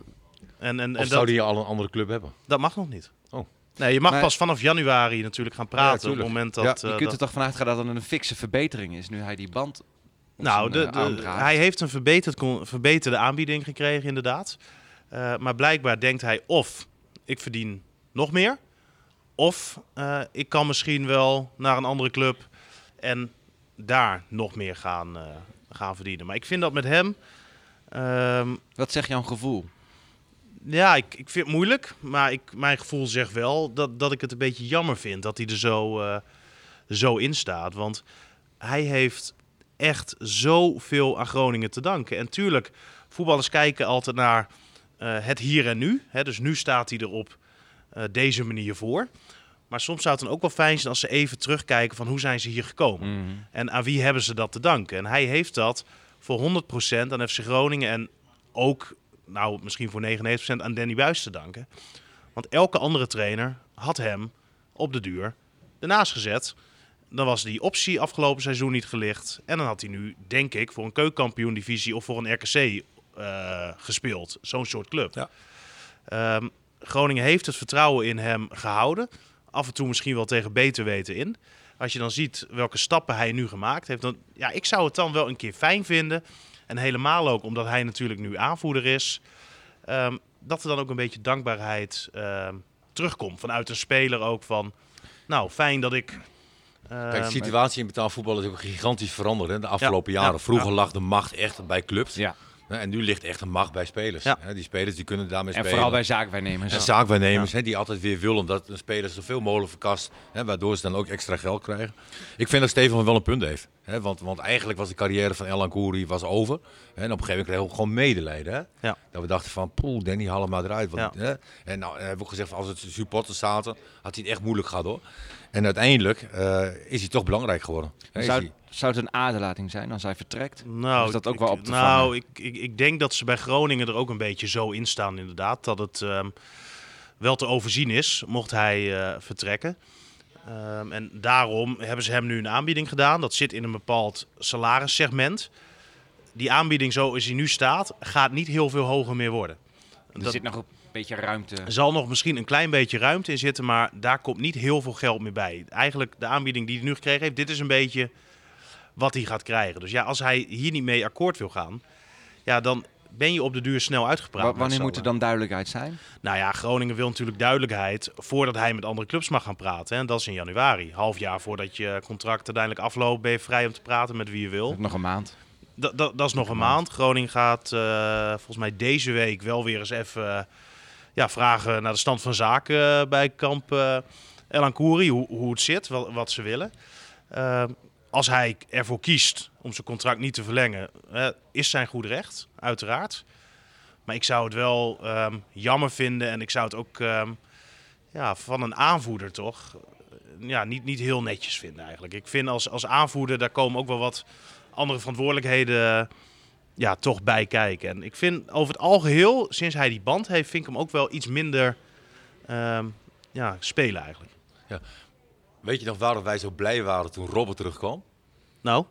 Speaker 3: En, en,
Speaker 4: Of
Speaker 3: en
Speaker 4: zou
Speaker 3: dat,
Speaker 4: die al een andere club hebben?
Speaker 3: dat mag nog niet.
Speaker 4: Oh.
Speaker 3: Nee, je mag
Speaker 2: Maar-
Speaker 3: pas vanaf januari natuurlijk gaan praten. op het
Speaker 4: tuurlijk.
Speaker 3: moment
Speaker 4: Ja,
Speaker 3: dat...
Speaker 2: Je
Speaker 3: eh,
Speaker 2: kunt
Speaker 3: dat-
Speaker 2: er toch vanuit gaan dat het een fikse verbetering is nu hij die band. op
Speaker 3: Nou,
Speaker 2: zijn,
Speaker 3: de,
Speaker 2: eh,
Speaker 3: de-
Speaker 2: arm draagt.
Speaker 3: hij heeft een verbeterd, con- verbeterde aanbieding gekregen, inderdaad. Eh, maar blijkbaar denkt hij of ik verdien nog meer, of eh, ik kan misschien wel naar een andere club en daar nog meer gaan, eh, gaan verdienen. Maar ik vind dat met hem, ehm,
Speaker 2: Wat zeg jouw gevoel?
Speaker 3: ja, ik, ik vind het moeilijk. Maar ik, mijn gevoel zegt wel dat, dat ik het een beetje jammer vind dat hij er zo, eh, zo in staat. Want hij heeft echt zoveel aan Groningen te danken. En tuurlijk, voetballers kijken altijd naar eh, het hier en nu. Hè? Dus nu staat hij er op eh, deze manier voor. Maar soms zou het dan ook wel fijn zijn als ze even terugkijken van hoe zijn ze hier gekomen. En aan wie hebben ze dat te danken? En hij heeft dat voor 100% aan FC Groningen en ook, nou misschien voor 99% aan Danny Buis te danken. Want elke andere trainer had hem op de duur ernaast gezet. Dan was die optie afgelopen seizoen niet gelicht. En dan had hij nu, denk ik, voor een keukenkampioen-divisie of voor een RKC eh, gespeeld. Zo'n soort club.
Speaker 4: Ja.
Speaker 3: Ehm, Groningen heeft het vertrouwen in hem gehouden. Af en toe misschien wel tegen beter weten in. Als je dan ziet welke stappen hij nu gemaakt heeft, dan ja, ik zou het dan wel een keer fijn vinden. En helemaal ook omdat hij natuurlijk nu aanvoerder is. ehm, dat er dan ook een beetje dankbaarheid ehm, terugkomt vanuit een speler ook van. Nou, fijn dat ik. ehm,
Speaker 4: Kijk, de situatie in betaalvoetbal is ook gigantisch veranderd hè, de afgelopen
Speaker 3: Ja,
Speaker 4: jaren.
Speaker 3: ja,
Speaker 4: Vroeger
Speaker 3: ja.
Speaker 4: lag de macht echt bij clubs.
Speaker 2: Ja.
Speaker 4: Hè, En nu ligt echt de macht bij spelers.
Speaker 3: Ja.
Speaker 4: Hè, Die spelers die kunnen daarmee
Speaker 2: En
Speaker 4: spelen.
Speaker 2: vooral bij zaakwaarnemers.
Speaker 4: En zaakwaarnemers hè, die altijd weer willen dat een speler zoveel mogelijk verkast. Hè, waardoor ze dan ook extra geld krijgen. Ik vind dat Stefan wel een punt heeft. Hè, want, want eigenlijk was de carrière van Elan Kouri was over. Hè, en op een gegeven moment kregen we ook gewoon medelijden. Hè?
Speaker 3: Ja.
Speaker 4: Dat we dachten van, poeh, Danny, haal hem maar eruit. Want,
Speaker 3: Ja.
Speaker 4: hè? En nou, hebben we ook gezegd, van, als het supporters zaten, had hij het echt moeilijk gehad hoor. En uiteindelijk eh, is hij toch belangrijk geworden. Hè, is
Speaker 2: Zou,
Speaker 4: hij-
Speaker 2: zou het een aderlating zijn als hij vertrekt?
Speaker 3: nou,
Speaker 2: is dat
Speaker 3: ik-
Speaker 2: ook wel
Speaker 3: ik-
Speaker 2: op te
Speaker 3: Nou,
Speaker 2: vangen?
Speaker 3: ik, ik, ik denk dat ze bij Groningen er ook een beetje zo in staan, inderdaad. Dat het ehm, wel te overzien is, mocht hij eh, vertrekken. Ehm, en daarom hebben ze hem nu een aanbieding gedaan. Dat zit in een bepaald salarissegment. Die aanbieding, zoals hij nu staat, gaat niet heel veel hoger meer worden.
Speaker 2: Er
Speaker 3: Dat-
Speaker 2: zit nog een beetje ruimte.
Speaker 3: Er zal nog misschien een klein beetje ruimte in zitten, maar daar komt niet heel veel geld meer bij. Eigenlijk de aanbieding die hij nu gekregen heeft, dit is een beetje wat hij gaat krijgen. Dus ja, als hij hier niet mee akkoord wil gaan, ja, dan ben je op de duur snel
Speaker 2: Wa-
Speaker 3: uitgepraat. met
Speaker 2: wanneer
Speaker 3: z'n
Speaker 2: moet er
Speaker 3: allen.
Speaker 2: dan duidelijkheid zijn?
Speaker 3: Nou ja, Groningen wil natuurlijk duidelijkheid voordat hij met andere clubs mag gaan praten. hè. En dat is in januari. Half jaar voordat je contract uiteindelijk afloopt, ben je vrij om te praten met wie je wil.
Speaker 2: Nog een maand.
Speaker 3: Da- da- dat is nog een maand. Groningen gaat eh, volgens mij deze week wel weer eens even eh, ja, vragen naar de stand van zaken eh, bij kamp eh El Ancoury. Hoe, hoe het zit, wat, wat ze willen. Ehm, als hij ervoor kiest om zijn contract niet te verlengen, eh, is zijn goed recht, uiteraard. Maar ik zou het wel ehm, jammer vinden en ik zou het ook ehm, ja, van een aanvoerder toch eh, ja, niet, niet heel netjes vinden eigenlijk. Ik vind als, als aanvoerder, daar komen ook wel wat andere verantwoordelijkheden eh, ja, toch bij kijken. En ik vind over het algeheel, sinds hij die band heeft, vind ik hem ook wel iets minder ehm, ja, spelen eigenlijk.
Speaker 4: Weet je nog waarom wij zo blij waren toen Robert terugkwam?
Speaker 3: Nou,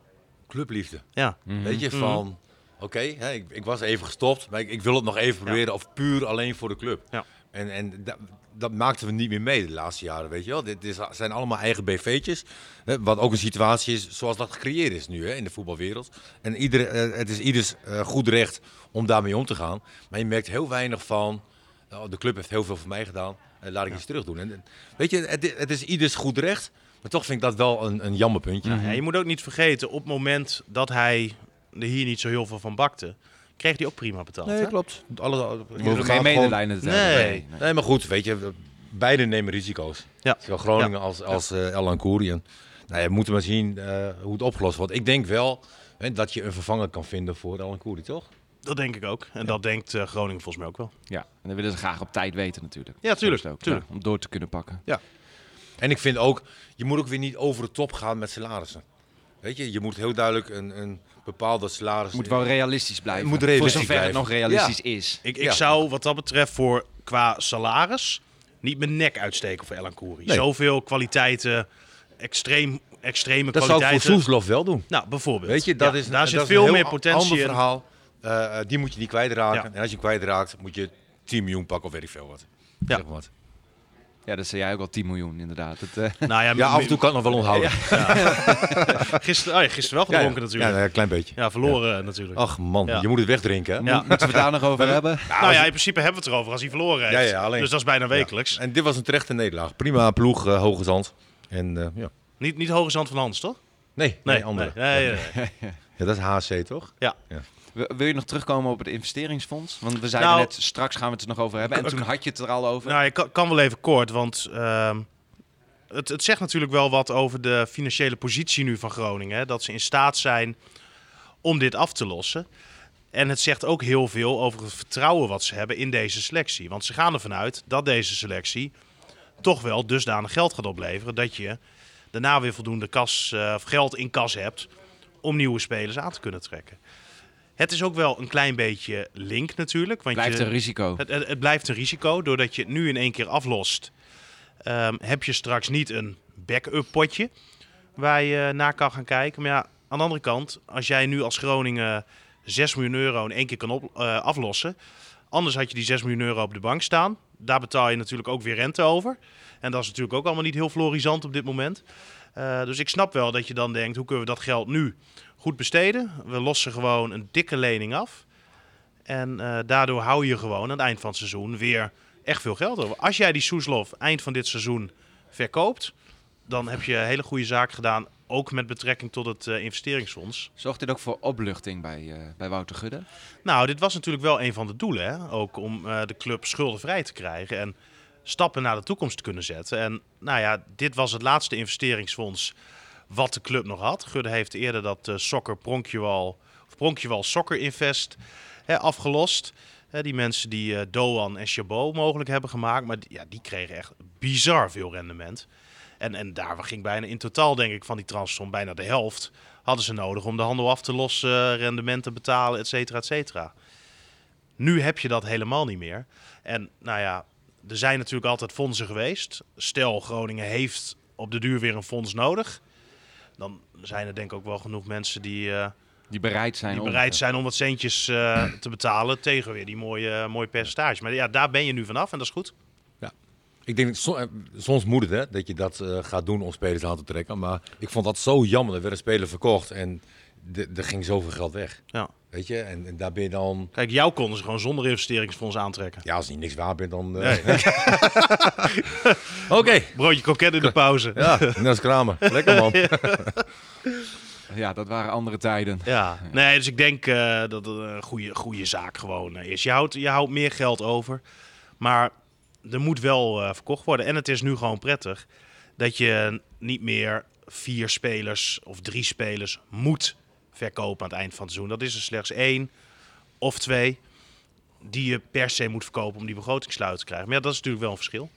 Speaker 4: Clubliefde.
Speaker 3: ja.
Speaker 4: Weet je, van... Oké, hè, ik, ik was even gestopt, maar ik, ik wil het nog even proberen. Of puur alleen voor de club.
Speaker 3: Ja.
Speaker 4: En, en dat, dat maakten we niet meer mee de laatste jaren, weet je wel. Dit is, zijn allemaal eigen BV'tjes. Hè, wat ook een situatie is zoals dat gecreëerd is nu hè, in de voetbalwereld. En ieder, eh, het is ieders eh, goed recht om daarmee om te gaan. Maar je merkt heel weinig van... oh, de club heeft heel veel voor mij gedaan. eh, laat ik iets terug doen. En, en, weet je, het, i- het is ieders goed recht. Maar toch vind ik dat wel een, een jammer puntje.
Speaker 3: Nou, Ja, je moet ook niet vergeten, op het moment dat hij er hier niet zo heel veel van bakte, kreeg hij ook prima betaald. hè?
Speaker 4: Nee, klopt. Alle, alle,
Speaker 2: We hoeven geen medelijnen te hebben.
Speaker 3: Nee.
Speaker 4: Nee. maar goed, weet je, beide nemen risico's.
Speaker 3: Ja.
Speaker 4: Zowel Groningen als, als eh Elan Koerian. Nou, ja, we moeten maar zien eh, hoe het opgelost wordt. Ik denk wel hè, dat je een vervanger kan vinden voor Elan Koeri, toch?
Speaker 3: Dat denk ik ook. En dat denkt eh, Groningen volgens mij ook wel.
Speaker 2: Ja, en dat willen ze graag op tijd weten natuurlijk.
Speaker 3: Ja, tuurlijk,
Speaker 2: Dat is ook,
Speaker 3: tuurlijk.
Speaker 2: ja, om door te kunnen pakken.
Speaker 4: En ik vind ook, je moet ook weer niet over de top gaan met salarissen. Weet je, je moet heel duidelijk een, een bepaalde salaris...
Speaker 2: Het moet wel realistisch blijven.
Speaker 4: Het moet realistisch
Speaker 2: Voor zover
Speaker 4: blijven.
Speaker 2: het nog realistisch is.
Speaker 3: Ik, ik
Speaker 4: Ja.
Speaker 3: zou wat dat betreft voor qua salaris niet mijn nek uitsteken voor Elan Koeri.
Speaker 4: Nee.
Speaker 3: Zoveel kwaliteiten, extreem, extreme
Speaker 4: dat zou ik voor
Speaker 3: kwaliteiten.
Speaker 4: Soeslof wel doen.
Speaker 3: nou, bijvoorbeeld.
Speaker 4: Weet je, dat
Speaker 3: Ja,
Speaker 4: is,
Speaker 3: daar
Speaker 4: dat
Speaker 3: zit
Speaker 4: is
Speaker 3: veel
Speaker 4: een heel
Speaker 3: meer potentie
Speaker 4: ander
Speaker 3: in.
Speaker 4: verhaal. Eh, eh, die moet je niet kwijtraken.
Speaker 3: Ja.
Speaker 4: En als je hem kwijtraakt, moet je 10 miljoen pakken of weet ik veel wat.
Speaker 3: Ja.
Speaker 4: Zeg maar wat.
Speaker 2: Ja, dat zei jij ook al 10 miljoen inderdaad. Het, eh,
Speaker 3: Nou ja,
Speaker 4: Ja, af en toe kan het nog wel onthouden.
Speaker 3: Gisteren, oh ja, gisteren wel gedronken natuurlijk.
Speaker 4: Ja,
Speaker 3: Ja,
Speaker 4: een klein beetje.
Speaker 3: verloren eh, natuurlijk.
Speaker 4: Ach man,
Speaker 3: Ja.
Speaker 4: je moet het wegdrinken. hè?
Speaker 3: Ja.
Speaker 2: Moeten we het daar nog over hebben?
Speaker 3: nou ja, in principe hebben we het erover als hij verloren heeft.
Speaker 4: Ja, ja, alleen.
Speaker 3: Dus dat is bijna wekelijks.
Speaker 4: En dit was een terechte nederlaag. Prima ploeg, eh hoge zand. En eh, ja.
Speaker 3: Niet, niet Hoge Zand van Hans, toch?
Speaker 4: Nee, nee, andere.
Speaker 3: Nee, nee, nee.
Speaker 4: Ja, dat is HC toch?
Speaker 3: Ja.
Speaker 2: Wil wil je nog terugkomen op het investeringsfonds? Want we zeiden
Speaker 3: Nou-
Speaker 2: net, straks gaan we het er nog over hebben. En toen had je het er al over.
Speaker 3: Nou, ik kan, kan wel even kort, want ehm, het, het zegt natuurlijk wel wat over de financiële positie nu van Groningen. hè, Dat ze in staat zijn om dit af te lossen. En het zegt ook heel veel over het vertrouwen wat ze hebben in deze selectie. Want ze gaan ervan uit dat deze selectie toch wel dusdanig geld gaat opleveren. Dat je daarna weer voldoende kas, eh, of geld in kas hebt om nieuwe spelers aan te kunnen trekken. Het is ook wel een klein beetje link natuurlijk. Want
Speaker 2: Blijft
Speaker 3: je,
Speaker 2: een risico.
Speaker 3: het, het, het blijft een risico. Doordat je het nu in één keer aflost, ehm, heb je straks niet een backup potje waar je eh, naar kan gaan kijken. Maar ja, aan de andere kant, als jij nu als Groningen 6 miljoen euro in één keer kan op, eh, aflossen. Anders had je die 6 miljoen euro op de bank staan. Daar betaal je natuurlijk ook weer rente over. En dat is natuurlijk ook allemaal niet heel florisant op dit moment. Eh, dus ik snap wel dat je dan denkt, hoe kunnen we dat geld nu goed besteden? We lossen gewoon een dikke lening af. En eh, daardoor hou je gewoon aan het eind van het seizoen weer echt veel geld over. Als jij die Soeslof eind van dit seizoen verkoopt, dan heb je een hele goede zaak gedaan. Ook met betrekking tot het eh, investeringsfonds.
Speaker 2: Zorgt dit ook voor opluchting bij, eh, bij Wouter Gudde?
Speaker 3: Nou, dit was natuurlijk wel een van de doelen. Hè? Ook om eh, de club schuldenvrij te krijgen en stappen naar de toekomst te kunnen zetten. En nou ja, dit was het laatste investeringsfonds wat de club nog had. Gudde heeft eerder dat eh Soccer Pronkjewal, of Pronkjewal Soccer Invest hè, afgelost. Hè, die mensen die eh, Doan en Chabot mogelijk hebben gemaakt. Maar die- ja, die kregen echt bizar veel rendement. En, en daar ging bijna in totaal, denk ik, van die transfer bijna de helft hadden ze nodig om de handel af te lossen, eh, rendement te betalen, et cetera, et cetera. Nu heb je dat helemaal niet meer. En nou ja, er zijn natuurlijk altijd fondsen geweest. Stel, Groningen heeft op de duur weer een fonds nodig. Dan zijn er denk ik ook wel genoeg mensen die, eh,
Speaker 2: Die bereid zijn
Speaker 3: die
Speaker 2: om-
Speaker 3: bereid zijn om wat centjes eh, te betalen tegen weer die mooie, eh, mooie percentage. Maar ja, daar ben je nu vanaf en dat is goed.
Speaker 4: Ik denk, so- eh, soms moet het hè, dat je dat eh, gaat doen om spelers aan te trekken. Maar ik vond dat zo jammer. Er werd een speler verkocht en de- er ging zoveel geld weg.
Speaker 3: Ja.
Speaker 4: Weet je, en, en daar ben je dan...
Speaker 3: Kijk, jou konden ze gewoon zonder investeringsfonds aantrekken.
Speaker 4: Ja, als je niks waar bent, dan... eh, Oké.
Speaker 3: Broodje kroket in de pauze.
Speaker 4: Ja, net als Kramer. Lekker man.
Speaker 2: Ja, dat waren andere tijden.
Speaker 3: Ja, nee, dus ik denk eh, dat het een goede, goede zaak gewoon eh, is. Je houdt, je houdt meer geld over, maar er moet wel eh, verkocht worden. En het is nu gewoon prettig dat je niet meer vier spelers of drie spelers moet verkopen aan het eind van het seizoen. Dat is er slechts één of twee die je per se moet verkopen om die begrotingssluit te krijgen. Maar ja, dat is natuurlijk wel een verschil.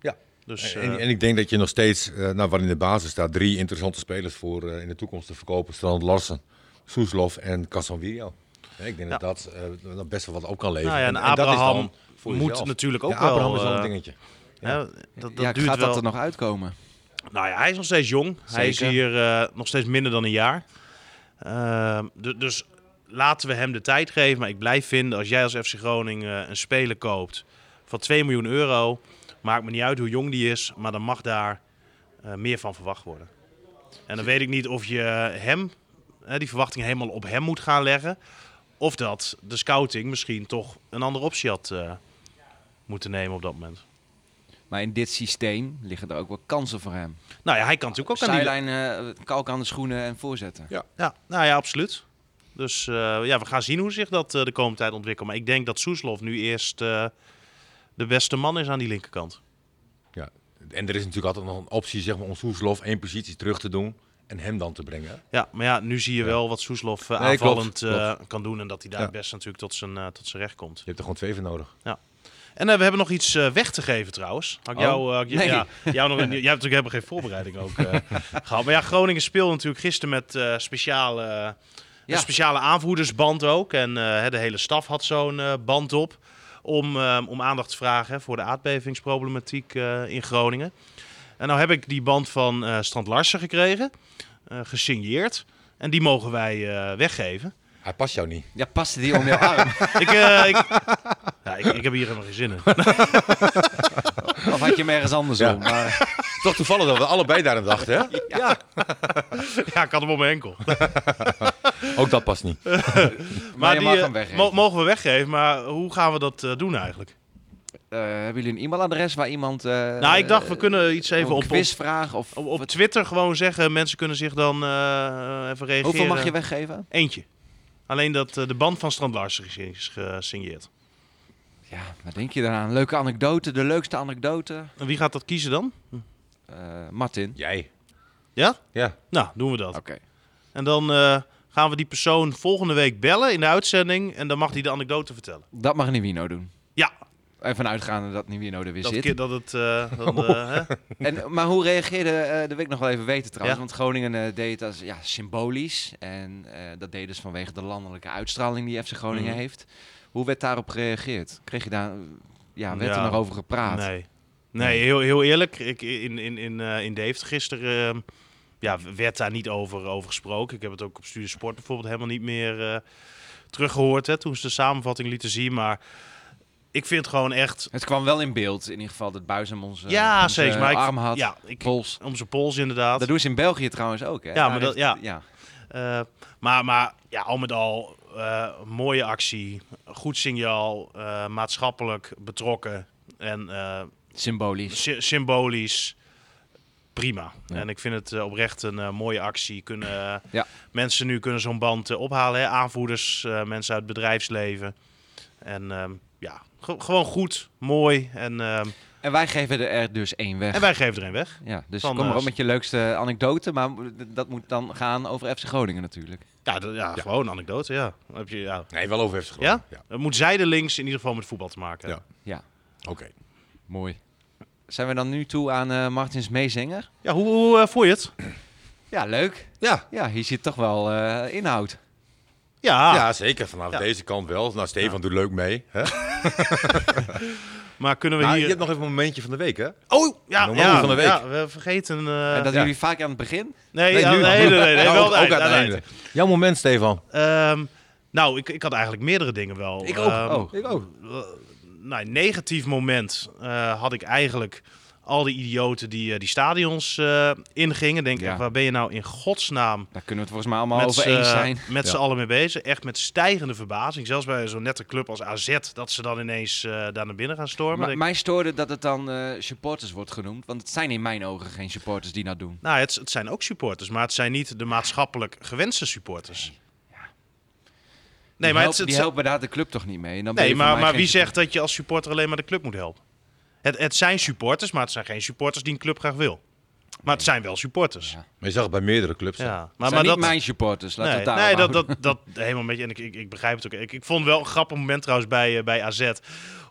Speaker 4: Ja.
Speaker 3: Dus, eh,
Speaker 4: En, en ik denk dat je nog steeds, eh nou, wat in de basis staat, drie interessante spelers voor eh, in de toekomst te verkopen. Strand Larsen, Soeslof en Casanvirio. Hè, Ik denk dat dat eh, dat best wel wat op kan leveren.
Speaker 3: Nou ja, en
Speaker 4: dat is
Speaker 3: Abraham
Speaker 4: dan voor
Speaker 3: moet
Speaker 4: jezelf.
Speaker 3: natuurlijk ook
Speaker 4: ja, Abraham
Speaker 3: wel,
Speaker 4: is wel een
Speaker 3: eh,
Speaker 4: dingetje.
Speaker 3: hè, dat, dat
Speaker 2: ja,
Speaker 3: duurt
Speaker 2: gaat
Speaker 3: wel.
Speaker 2: dat er nog uitkomen?
Speaker 3: Nou ja, hij is nog steeds jong. Hij is
Speaker 2: Zeker.
Speaker 3: hier eh, nog steeds minder dan een jaar. Ehm, du- dus laten we hem de tijd geven. Maar ik blijf vinden, als jij als FC Groningen eh, een speler koopt van 2 miljoen euro... maakt me niet uit hoe jong die is, maar dan mag daar eh, meer van verwacht worden. En dan weet ik niet of je hem, hè, die verwachting helemaal op hem moet gaan leggen... of dat de scouting misschien toch een andere optie had eh, moeten nemen op dat moment.
Speaker 2: Maar in dit systeem liggen er ook wel kansen voor hem.
Speaker 3: Nou ja, hij kan natuurlijk ook aan die...
Speaker 2: Zijlijn, eh, kalk aan de schoenen en voorzetten.
Speaker 3: Ja, nou ja, absoluut. Dus eh, ja, we gaan zien hoe zich dat eh, de komende tijd ontwikkelt. Maar ik denk dat Soeslof nu eerst eh, de beste man is aan die linkerkant.
Speaker 4: Ja. En er is natuurlijk altijd nog een optie zeg maar, om Soeslof één positie terug te doen en hem dan te brengen.
Speaker 3: Ja, maar ja, nu zie je wel wat Soeslof eh,
Speaker 4: Nee, klopt,
Speaker 3: aanvallend eh, kan doen. En dat hij daar
Speaker 4: Ja.
Speaker 3: het best natuurlijk tot zijn, eh, tot zijn recht komt.
Speaker 4: Je hebt er gewoon twee voor nodig.
Speaker 3: En eh, we hebben nog iets eh, weg te geven trouwens. Had ik
Speaker 2: Oh.
Speaker 3: jou, eh, had ik-
Speaker 2: Nee.
Speaker 3: ja, jou nog, jij hebt natuurlijk helemaal geen voorbereiding ook eh, gehad. Maar ja, Groningen speelde natuurlijk gisteren met eh, speciale,
Speaker 2: Ja.
Speaker 3: een speciale aanvoerdersband ook. En eh, hè, de hele staf had zo'n eh, band op om, eh, om aandacht te vragen hè, voor de aardbevingsproblematiek eh, in Groningen. En nou heb ik die band van eh Strand Larsen gekregen, eh, gesigneerd. En die mogen wij eh, weggeven.
Speaker 4: Hij past jou niet.
Speaker 2: Ja, paste die om jouw arm?
Speaker 3: ik, eh, ik, ja, ik, ik heb hier helemaal geen zin in.
Speaker 2: Of had je hem ergens anders
Speaker 4: Ja.
Speaker 2: om? Maar,
Speaker 4: Toch toevallig dat we allebei daar aan dachten, hè?
Speaker 3: ja, ik had hem op mijn enkel.
Speaker 4: Ook dat past niet.
Speaker 2: maar,
Speaker 3: Maar
Speaker 2: je
Speaker 3: die,
Speaker 2: mag
Speaker 3: eh,
Speaker 2: hem weggeven.
Speaker 3: mo- mogen we weggeven, maar hoe gaan we dat eh, doen eigenlijk?
Speaker 2: Eh, hebben jullie een e-mailadres waar iemand... eh,
Speaker 3: nou, ik dacht, we
Speaker 2: eh,
Speaker 3: kunnen iets even
Speaker 2: een
Speaker 3: op, op,
Speaker 2: quizvraag of...
Speaker 3: op, op Twitter gewoon zeggen. Mensen kunnen zich dan eh, even reageren.
Speaker 2: hoeveel mag je weggeven?
Speaker 3: Eentje. Alleen dat eh, de band van Strand Larsen is- is gesigneerd.
Speaker 2: Ja, wat denk je daaraan? Leuke anekdote, de leukste anekdote.
Speaker 3: En wie gaat dat kiezen dan?
Speaker 2: Eh, Martin.
Speaker 4: Jij.
Speaker 3: Ja?
Speaker 4: Ja.
Speaker 3: Nou, doen we dat.
Speaker 2: Oké.
Speaker 3: En dan eh, gaan we die persoon volgende week bellen in de uitzending. En dan mag hij de anekdote vertellen.
Speaker 2: Dat mag Nivino doen.
Speaker 3: Ja,
Speaker 2: Even uitgaande dat Nivino er weer
Speaker 3: dat,
Speaker 2: zit.
Speaker 3: ki- dat het... eh, dan, eh, hè?
Speaker 2: En, maar hoe reageerde, eh dat wil ik nog wel even weten trouwens.
Speaker 3: Ja.
Speaker 2: Want Groningen eh, deed het als ja, symbolisch. En eh, dat deed dus vanwege de landelijke uitstraling die FC Groningen
Speaker 3: Mhm.
Speaker 2: heeft. Hoe werd daarop gereageerd? Kreeg je daar, eh, ja, werd
Speaker 3: Ja.
Speaker 2: er nog over gepraat?
Speaker 3: Nee, nee heel, heel eerlijk. Ik, in, in, in, eh in Deventer gisteren eh, ja, werd daar niet over, over gesproken. Ik heb het ook op Studie Sport bijvoorbeeld helemaal niet meer eh, teruggehoord. Hè, toen ze de samenvatting lieten zien. Maar ik vind gewoon echt...
Speaker 2: Het kwam wel in beeld, in ieder geval, dat Buis hem onze,
Speaker 3: ja,
Speaker 2: onze
Speaker 3: zeker. Maar ik,
Speaker 2: Eh, arm had.
Speaker 3: Ja, ik,
Speaker 2: Pols.
Speaker 3: om zijn pols inderdaad.
Speaker 2: Dat doen ze in België trouwens ook, hè?
Speaker 3: Ja,
Speaker 2: Daar
Speaker 3: maar dat-
Speaker 2: heeft-
Speaker 3: ja.
Speaker 2: ja.
Speaker 3: Eh, maar, maar ja, al met al, eh, mooie actie. Goed signaal. eh, maatschappelijk betrokken. En eh,
Speaker 2: Symbolisch.
Speaker 3: sy- symbolisch prima.
Speaker 2: Ja.
Speaker 3: En ik vind het eh, oprecht een eh, mooie actie. Kunnen, eh,
Speaker 2: Ja.
Speaker 3: Mensen nu kunnen zo'n band eh, ophalen. Hè? Aanvoerders, eh, mensen uit het bedrijfsleven. En ehm, ja, ge- gewoon goed, mooi. En, ehm,
Speaker 2: En wij geven er dus één weg.
Speaker 3: en wij geven er een weg.
Speaker 2: Ja, dus
Speaker 3: Van,
Speaker 2: kom maar
Speaker 3: eh,
Speaker 2: op met je leukste anekdote, maar dat moet dan gaan over FC Groningen natuurlijk.
Speaker 3: Ja, dat- ja, gewoon een anekdote. Ja. Dan Heb je, ja.
Speaker 4: Nee, wel over heeft ze
Speaker 3: Ja?
Speaker 4: ja.
Speaker 3: Het moet zijdelings in ieder geval met voetbal te maken hebben.
Speaker 2: Ja,
Speaker 4: Oké.
Speaker 2: mooi. Zijn we dan nu toe aan eh, Martins Meezinger?
Speaker 3: Ja, hoe, hoe eh, vond je het?
Speaker 2: Ja, leuk.
Speaker 4: Ja.
Speaker 2: Ja, hier zit toch wel eh, inhoud.
Speaker 3: Ja,
Speaker 4: ja, zeker. Vanaf
Speaker 3: Ah. Ja.
Speaker 4: deze kant wel. Nou, Stefan doet leuk mee. Hè?
Speaker 3: maar kunnen we
Speaker 4: Maar Nou,
Speaker 3: hier...
Speaker 4: je hebt nog even een momentje van de week, hè?
Speaker 3: Oh, ja,
Speaker 4: Normaal
Speaker 3: ja,
Speaker 4: van de week.
Speaker 3: ja, we vergeten... eh,
Speaker 2: en dat
Speaker 4: ja.
Speaker 2: jullie vaak aan het begin?
Speaker 3: nee, ja,
Speaker 4: nu.
Speaker 3: nee, nee, nee, nee,
Speaker 4: Ja,
Speaker 3: wel
Speaker 4: ook,
Speaker 3: aan
Speaker 4: ook
Speaker 3: het
Speaker 4: aan het
Speaker 3: eind.
Speaker 4: einde. Jouw moment, Stefan.
Speaker 3: Ehm, nou, ik, ik had eigenlijk meerdere dingen wel.
Speaker 2: Ik ook.
Speaker 3: Ehm,
Speaker 2: Oh.
Speaker 4: Ik ook.
Speaker 3: eh, nou, negatief moment eh, had ik eigenlijk al die idioten die eh, die stadions eh, ingingen. Denk ik,
Speaker 2: Ja.
Speaker 3: echt, waar ben je nou in godsnaam
Speaker 2: Daar kunnen we het volgens mij allemaal
Speaker 3: met eh,
Speaker 2: over
Speaker 3: z'n-
Speaker 2: eens zijn.
Speaker 3: met
Speaker 4: Ja.
Speaker 3: z'n allen mee bezig? Echt met stijgende verbazing. Zelfs bij zo'n nette club als AZ, dat ze dan ineens eh, daar naar binnen gaan stormen.
Speaker 2: Maar
Speaker 3: Denk-
Speaker 2: mij stoorde dat het dan eh, supporters wordt genoemd, want het zijn in mijn ogen geen supporters die dat doen.
Speaker 3: nou, het, het zijn ook supporters, maar het zijn niet de maatschappelijk gewenste supporters.
Speaker 2: die
Speaker 3: Nee, maar
Speaker 2: helpen,
Speaker 3: het, het,
Speaker 2: die helpen daar de club toch niet mee? En dan ben je
Speaker 3: Nee,
Speaker 2: voor
Speaker 3: maar,
Speaker 2: mij
Speaker 3: maar
Speaker 2: geen
Speaker 3: wie zegt dat je als supporter alleen maar de club moet helpen? Het, het zijn supporters, maar het zijn geen supporters die een club graag wil. Maar het zijn wel supporters.
Speaker 2: Ja.
Speaker 3: Ja,
Speaker 4: Maar je zag het bij meerdere clubs. hè?
Speaker 3: maar,
Speaker 2: supporter. Het
Speaker 3: maar
Speaker 2: zijn
Speaker 3: dat.
Speaker 2: niet mijn supporters, laat
Speaker 3: Nee,
Speaker 2: het daar
Speaker 3: nee dat, dat, dat helemaal met je. En ik, ik, ik begrijp het ook. Ik, ik vond wel een grappig moment trouwens bij, eh, bij AZ.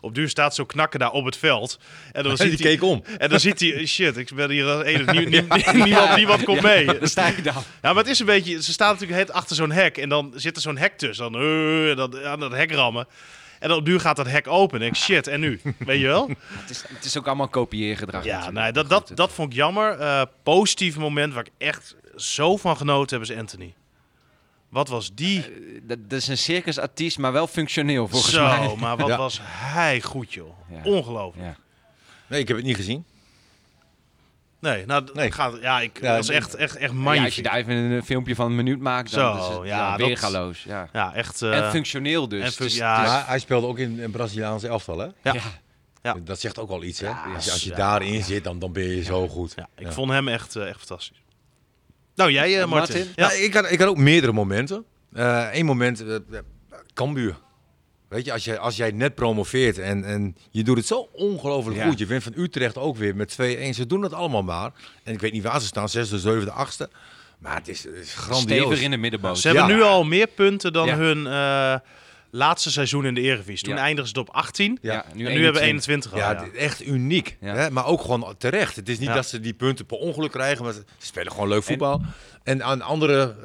Speaker 3: Op duur staat zo knakken daar op het veld. En dan,
Speaker 4: En
Speaker 3: ziet
Speaker 4: die
Speaker 3: hij,
Speaker 4: keek om.
Speaker 3: en dan ziet hij, shit, ik ben hier als enige. Nie- nie- niemand, niemand komt mee.
Speaker 2: Daar sta je dan.
Speaker 3: Ja, Nou, maar het is een beetje... Ze staan natuurlijk het achter zo'n hek. En dan zit er zo'n hek tussen. Dan, eh, en dan aan dat hek rammen. En dan op duur gaat dat hek open. En ik, shit, en nu? Weet je wel?
Speaker 2: Het is, het is ook allemaal kopieergedrag.
Speaker 3: Ja,
Speaker 2: natuurlijk.
Speaker 3: nou, dat,
Speaker 2: Maar goed,
Speaker 3: dat, dat vond ik jammer. Eh, positief moment waar ik echt zo van genoten heb is Anthony. Wat was die?
Speaker 2: eh, dat, dat is een circusartiest, maar wel functioneel volgens
Speaker 3: zo,
Speaker 2: mij.
Speaker 3: maar wat
Speaker 4: Ja.
Speaker 3: was hij goed, joh.
Speaker 2: Ja.
Speaker 3: Ongelooflijk.
Speaker 2: Ja.
Speaker 4: Nee, ik heb het niet gezien.
Speaker 3: Nee, nou, d-
Speaker 4: Nee.
Speaker 3: Gaat, ja, ik,
Speaker 4: Ja,
Speaker 3: dat is echt, echt, echt
Speaker 2: Ja, als je
Speaker 3: magnifiek. Ja,
Speaker 2: daar even een eh, filmpje van een minuut maakt, dan
Speaker 3: Zo,
Speaker 2: is het
Speaker 3: ja,
Speaker 2: ja,
Speaker 3: dat-
Speaker 2: weergaloos. Ja.
Speaker 3: echt... eh,
Speaker 2: en functioneel dus.
Speaker 3: en
Speaker 2: Het
Speaker 3: fun-
Speaker 2: is-
Speaker 3: ja,
Speaker 2: het is-
Speaker 4: maar hij speelde ook in een Braziliaanse elftal, hè?
Speaker 3: ja. Ja.
Speaker 4: Dat zegt ook wel iets, hè? als je, als je
Speaker 3: ja.
Speaker 4: daarin zit, dan, dan ben je zo goed.
Speaker 3: ja, ik
Speaker 4: Ja.
Speaker 3: vond hem echt, eh, echt fantastisch. Nou, jij, eh,
Speaker 2: En
Speaker 3: Martin.
Speaker 2: Martin?
Speaker 3: Ja.
Speaker 4: Nou, ik, had, ik had ook meerdere momenten. Eén moment, eh, eh, Cambuur. Weet je als, je, als jij net promoveert en, en je doet het zo ongelooflijk
Speaker 2: Ja.
Speaker 4: goed. Je wint van Utrecht ook weer met 2-1. Ze doen het allemaal maar. En ik weet niet waar ze staan, zesde, zevende, achtste. Maar het is, het is grandioos.
Speaker 2: Stevig in de middenboot.
Speaker 3: Ze hebben
Speaker 4: Ja.
Speaker 3: nu al meer punten dan
Speaker 2: Ja.
Speaker 3: hun eh, laatste seizoen in de Eredivisie. Toen
Speaker 2: Ja.
Speaker 3: eindigden ze het op 18.
Speaker 2: ja,
Speaker 4: Ja.
Speaker 2: nu,
Speaker 3: en nu hebben we
Speaker 2: 21.
Speaker 3: 21 al.
Speaker 4: Ja,
Speaker 3: Ja,
Speaker 4: het is echt uniek.
Speaker 2: Ja.
Speaker 4: Hè? Maar ook gewoon terecht. Het is niet
Speaker 3: Ja.
Speaker 4: dat ze die punten per ongeluk krijgen, maar ze ze spelen gewoon leuk voetbal. En aan andere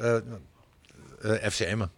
Speaker 4: eh eh, FCM'en.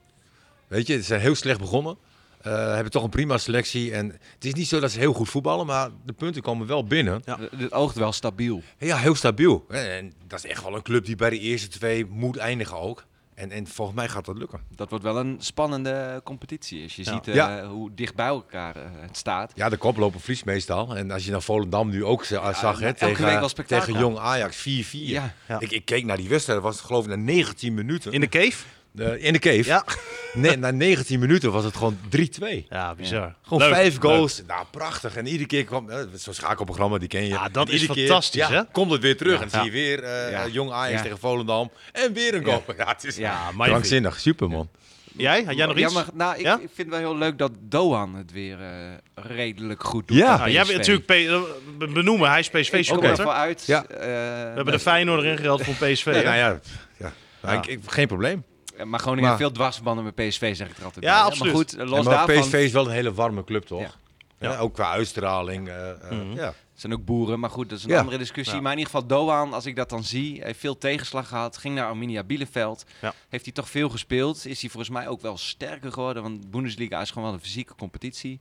Speaker 4: Weet je, ze zijn heel slecht begonnen. eh, hebben toch een prima selectie. En het is niet zo dat ze heel goed voetballen, maar de punten komen wel binnen.
Speaker 2: Eh, Het- Het oogt wel stabiel.
Speaker 4: Ja, heel stabiel. En dat is echt wel een club die bij de eerste twee moet eindigen ook. En, en volgens mij gaat dat lukken.
Speaker 2: Dat wordt wel een spannende competitie. Als je
Speaker 3: Ja.
Speaker 2: ziet eh,
Speaker 4: Ja.
Speaker 2: hoe dicht bij elkaar eh, het staat.
Speaker 4: Ja, de koploper verliest meestal. En als je naar Volendam nu ook za- zag, hè,
Speaker 2: elke week wel
Speaker 4: tegen,
Speaker 2: spektakel.
Speaker 4: tegen jong Ajax 4-4.
Speaker 2: Ja.
Speaker 3: Ja.
Speaker 4: Ik, ik keek naar die wedstrijd, dat was geloof ik na 19 minuten.
Speaker 3: In de cave?
Speaker 4: Eh, in de cave.
Speaker 3: Ja.
Speaker 4: Nee, na 19 minuten was het gewoon 3-2.
Speaker 3: Ja, bizar.
Speaker 4: Gewoon
Speaker 3: Leuk,
Speaker 4: vijf
Speaker 3: leuk.
Speaker 4: goals. Nou, prachtig. En iedere keer kwam, eh, zo'n schakelprogramma, die ken je.
Speaker 3: Ja, dat
Speaker 4: En
Speaker 3: is
Speaker 4: iedere keer,
Speaker 3: fantastisch,
Speaker 4: ja,
Speaker 3: hè?
Speaker 4: komt het weer terug.
Speaker 3: Ja.
Speaker 4: En dan zie je weer eh,
Speaker 2: Ja.
Speaker 4: jong Ajax
Speaker 2: Ja.
Speaker 4: tegen Volendam. En weer een goal. Ja, het is
Speaker 2: Ja,
Speaker 4: ja,
Speaker 3: magnifiek.
Speaker 4: krankzinnig. Super, man.
Speaker 3: Ah, Jij? Had jij nog
Speaker 2: Ja,
Speaker 3: iets? Ah,
Speaker 2: maar, nou, ik,
Speaker 3: Ja?
Speaker 2: ik vind het wel heel leuk dat Doan het weer eh, redelijk goed doet.
Speaker 4: Ja.
Speaker 2: bij
Speaker 3: Nou, jij bent
Speaker 2: PSV.
Speaker 3: natuurlijk P- eh, be- benoemen. Hij is PSV
Speaker 2: Ik kom
Speaker 3: supporter.
Speaker 2: ervoor uit.
Speaker 4: Ja.
Speaker 2: eh,
Speaker 3: We hebben de Feyenoord erin gereld voor PSV. hè?
Speaker 4: Nou ja, ja.
Speaker 3: Ja.
Speaker 4: Maar Ik, ik- geen probleem.
Speaker 2: Maar Groningen heeft
Speaker 4: Maar-
Speaker 2: veel dwarsbanden met PSV, zeg ik er altijd
Speaker 3: Ja,
Speaker 2: bij, hè.
Speaker 3: absoluut.
Speaker 2: Maar goed, eh, los
Speaker 4: Ja, maar
Speaker 2: daarvan
Speaker 4: PSV is wel een hele warme club, toch?
Speaker 2: Ja. Mhm.
Speaker 4: Ja,
Speaker 3: Ja.
Speaker 4: ook qua uitstraling. eh, eh, ja.
Speaker 2: zijn ook boeren. Maar goed, dat is een
Speaker 4: Ja.
Speaker 2: andere discussie.
Speaker 3: Ja.
Speaker 2: Maar in ieder geval Doan, als ik dat dan zie, heeft veel tegenslag gehad. Ging naar Arminia Bielefeld.
Speaker 3: Ja.
Speaker 2: Heeft hij toch veel gespeeld. Is hij volgens mij ook wel sterker geworden. Want de Bundesliga is gewoon wel een fysieke competitie.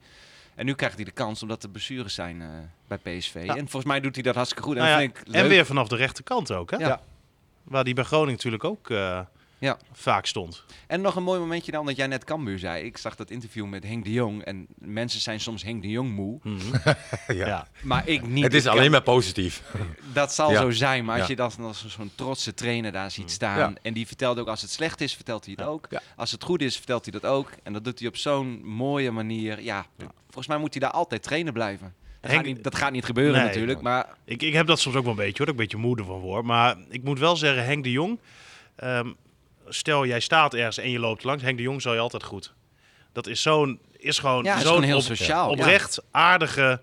Speaker 2: En nu krijgt hij de kans omdat er blessures zijn eh, bij PSV. En volgens mij doet hij dat hartstikke goed. En,
Speaker 3: Nou ja,
Speaker 2: vind ik leuk.
Speaker 3: en weer vanaf de rechterkant ook, hè?
Speaker 2: Ja.
Speaker 4: Ja.
Speaker 3: Waar die bij Groningen natuurlijk ook eh,
Speaker 2: Ja.
Speaker 3: vaak stond.
Speaker 2: En nog een mooi momentje dan, dat jij net Cambuur zei. Ik zag dat interview met Henk de Jong. En mensen zijn soms Henk de Jong moe.
Speaker 4: Ja.
Speaker 3: Mhm. Ja.
Speaker 2: Maar ik niet. Dus
Speaker 4: Het is
Speaker 2: Ik-
Speaker 4: alleen maar positief.
Speaker 2: Dat zal
Speaker 4: Ja.
Speaker 2: zo zijn, maar als
Speaker 4: Ja.
Speaker 2: je dan als een zo'n trotse trainer daar
Speaker 3: Mm.
Speaker 2: ziet staan... en die vertelt ook als het slecht is, vertelt hij het ook.
Speaker 4: Ja.
Speaker 2: Als het goed is, vertelt hij dat ook. En dat doet hij op zo'n mooie manier. Ja, volgens mij moet hij daar altijd trainer blijven. Dat,
Speaker 3: Henk-
Speaker 2: gaat, niet, dat gaat niet gebeuren
Speaker 3: Nee.
Speaker 2: natuurlijk, maar
Speaker 3: Ik, ik heb dat soms ook wel een beetje, hoor. Dat ik een beetje moeder van word. Maar ik moet wel zeggen, Henk de Jong... ehm, stel, jij staat ergens en je loopt langs. Henk de Jong zal je altijd goed. Dat is zo'n... Is gewoon
Speaker 2: ja, het is
Speaker 3: zo'n
Speaker 2: gewoon heel
Speaker 3: op-
Speaker 2: sociaal.
Speaker 3: oprecht aardige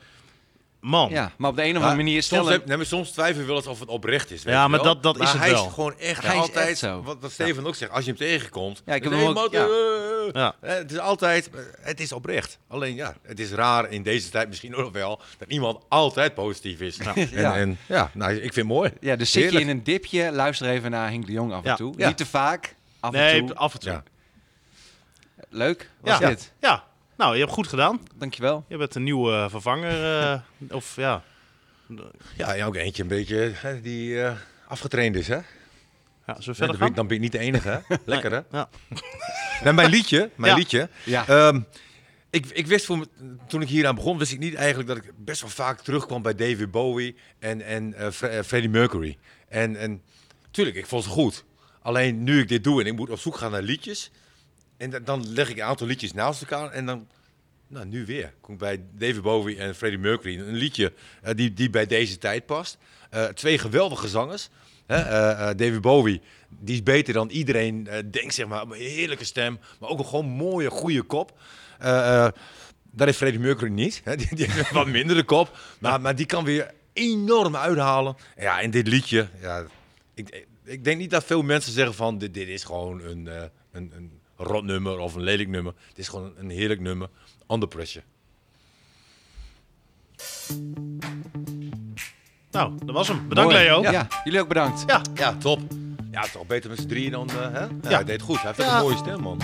Speaker 3: man.
Speaker 2: Ja. Ja, maar op de een of andere manier
Speaker 4: soms,
Speaker 2: stellen...
Speaker 4: heb- nee, maar soms twijfelen we wel eens of het oprecht is. weet
Speaker 3: Ja,
Speaker 4: je
Speaker 3: maar
Speaker 4: wel.
Speaker 3: dat- dat is
Speaker 4: Maar
Speaker 3: het
Speaker 4: hij
Speaker 3: wel.
Speaker 4: is gewoon echt
Speaker 2: Hij is
Speaker 4: altijd
Speaker 2: echt zo.
Speaker 4: Wat, wat Steven ook zegt, als je hem tegenkomt.
Speaker 2: Ja, ik heb
Speaker 4: dan
Speaker 2: hem
Speaker 4: is
Speaker 2: ook-
Speaker 4: hij,
Speaker 2: ja.
Speaker 4: "Hey, eh, eh,
Speaker 3: Ja.
Speaker 4: eh." Eh, Het is altijd, eh, het is oprecht. Alleen ja, het is raar in deze tijd misschien ook nog wel dat iemand altijd positief is. En,
Speaker 2: Ja.
Speaker 4: ja, en, ja nou, ik vind het mooi.
Speaker 2: Ja, dus zit je in een dipje, luister even naar Henk de Jong af en
Speaker 3: Ja.
Speaker 2: toe.
Speaker 4: Ja.
Speaker 2: Niet te vaak, af
Speaker 3: nee,
Speaker 2: en toe.
Speaker 3: af en toe.
Speaker 4: Ja.
Speaker 2: Leuk, was
Speaker 3: Ja.
Speaker 2: dit.
Speaker 3: Ja. Nou, je hebt goed gedaan.
Speaker 2: Dankjewel.
Speaker 3: Je bent een nieuwe eh, vervanger. eh, of ja.
Speaker 4: Ja, en ook eentje een beetje hè, die eh, afgetraind is, hè?
Speaker 3: ja, zullen we
Speaker 4: Ja,
Speaker 3: verder
Speaker 4: dan, ben
Speaker 3: gaan?
Speaker 4: ik, dan ben ik niet de enige, hè? Lekker, hè?
Speaker 3: Ja.
Speaker 4: Nou, mijn liedje, mijn
Speaker 3: Ja.
Speaker 4: liedje.
Speaker 2: Ja.
Speaker 4: Ehm, ik, ik wist voor, me- toen ik hieraan begon, wist ik niet eigenlijk dat ik best wel vaak terugkwam bij David Bowie en, en eh, Fre- eh, Freddie Mercury. En, en tuurlijk, ik vond ze goed. Alleen nu ik dit doe en ik moet op zoek gaan naar liedjes. En da- dan leg ik een aantal liedjes naast elkaar en dan, nou nu weer, kom ik bij David Bowie en Freddie Mercury. Een liedje eh, die, die bij deze tijd past. Eh, twee geweldige zangers. Hè, eh, eh, David Bowie, die is beter dan iedereen eh, denkt, zeg maar. Een heerlijke stem, maar ook een gewoon mooie, goede kop. Eh, eh, dat heeft Freddie Mercury niet. Hè? Die, die heeft een wat mindere kop. Maar, maar die kan weer enorm uithalen. Ja, en dit liedje. Ja, ik, ik denk niet dat veel mensen zeggen van... dit, dit is gewoon een, eh een, een rot nummer of een lelijk nummer. Het is gewoon een heerlijk nummer. Under pressure.
Speaker 3: Nou, dat was hem. Bedankt,
Speaker 2: Mooi.
Speaker 3: Leo.
Speaker 2: Ja. Jullie ook bedankt.
Speaker 3: Ja.
Speaker 4: Ja, top. Ja, toch beter met z'n drieën dan... eh, hè? Ja,
Speaker 3: Ja.
Speaker 4: Hij deed het goed. Hij heeft
Speaker 3: Ja.
Speaker 4: een mooie stem, man.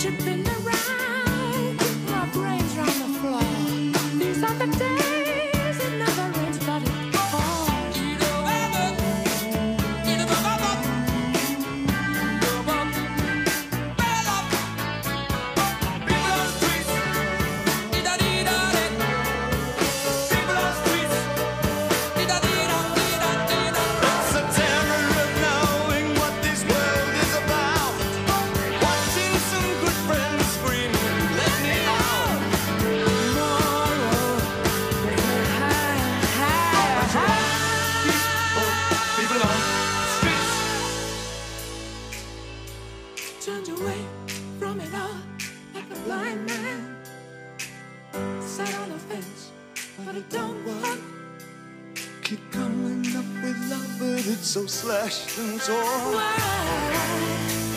Speaker 5: Chipping around, keep my brains round the floor. These are the days it never rains, but it falls. Turned away from it all like a blind man. Sat on a fence, but I don't want.
Speaker 6: Keep coming up with love, but it's so slashed and torn.
Speaker 5: Why?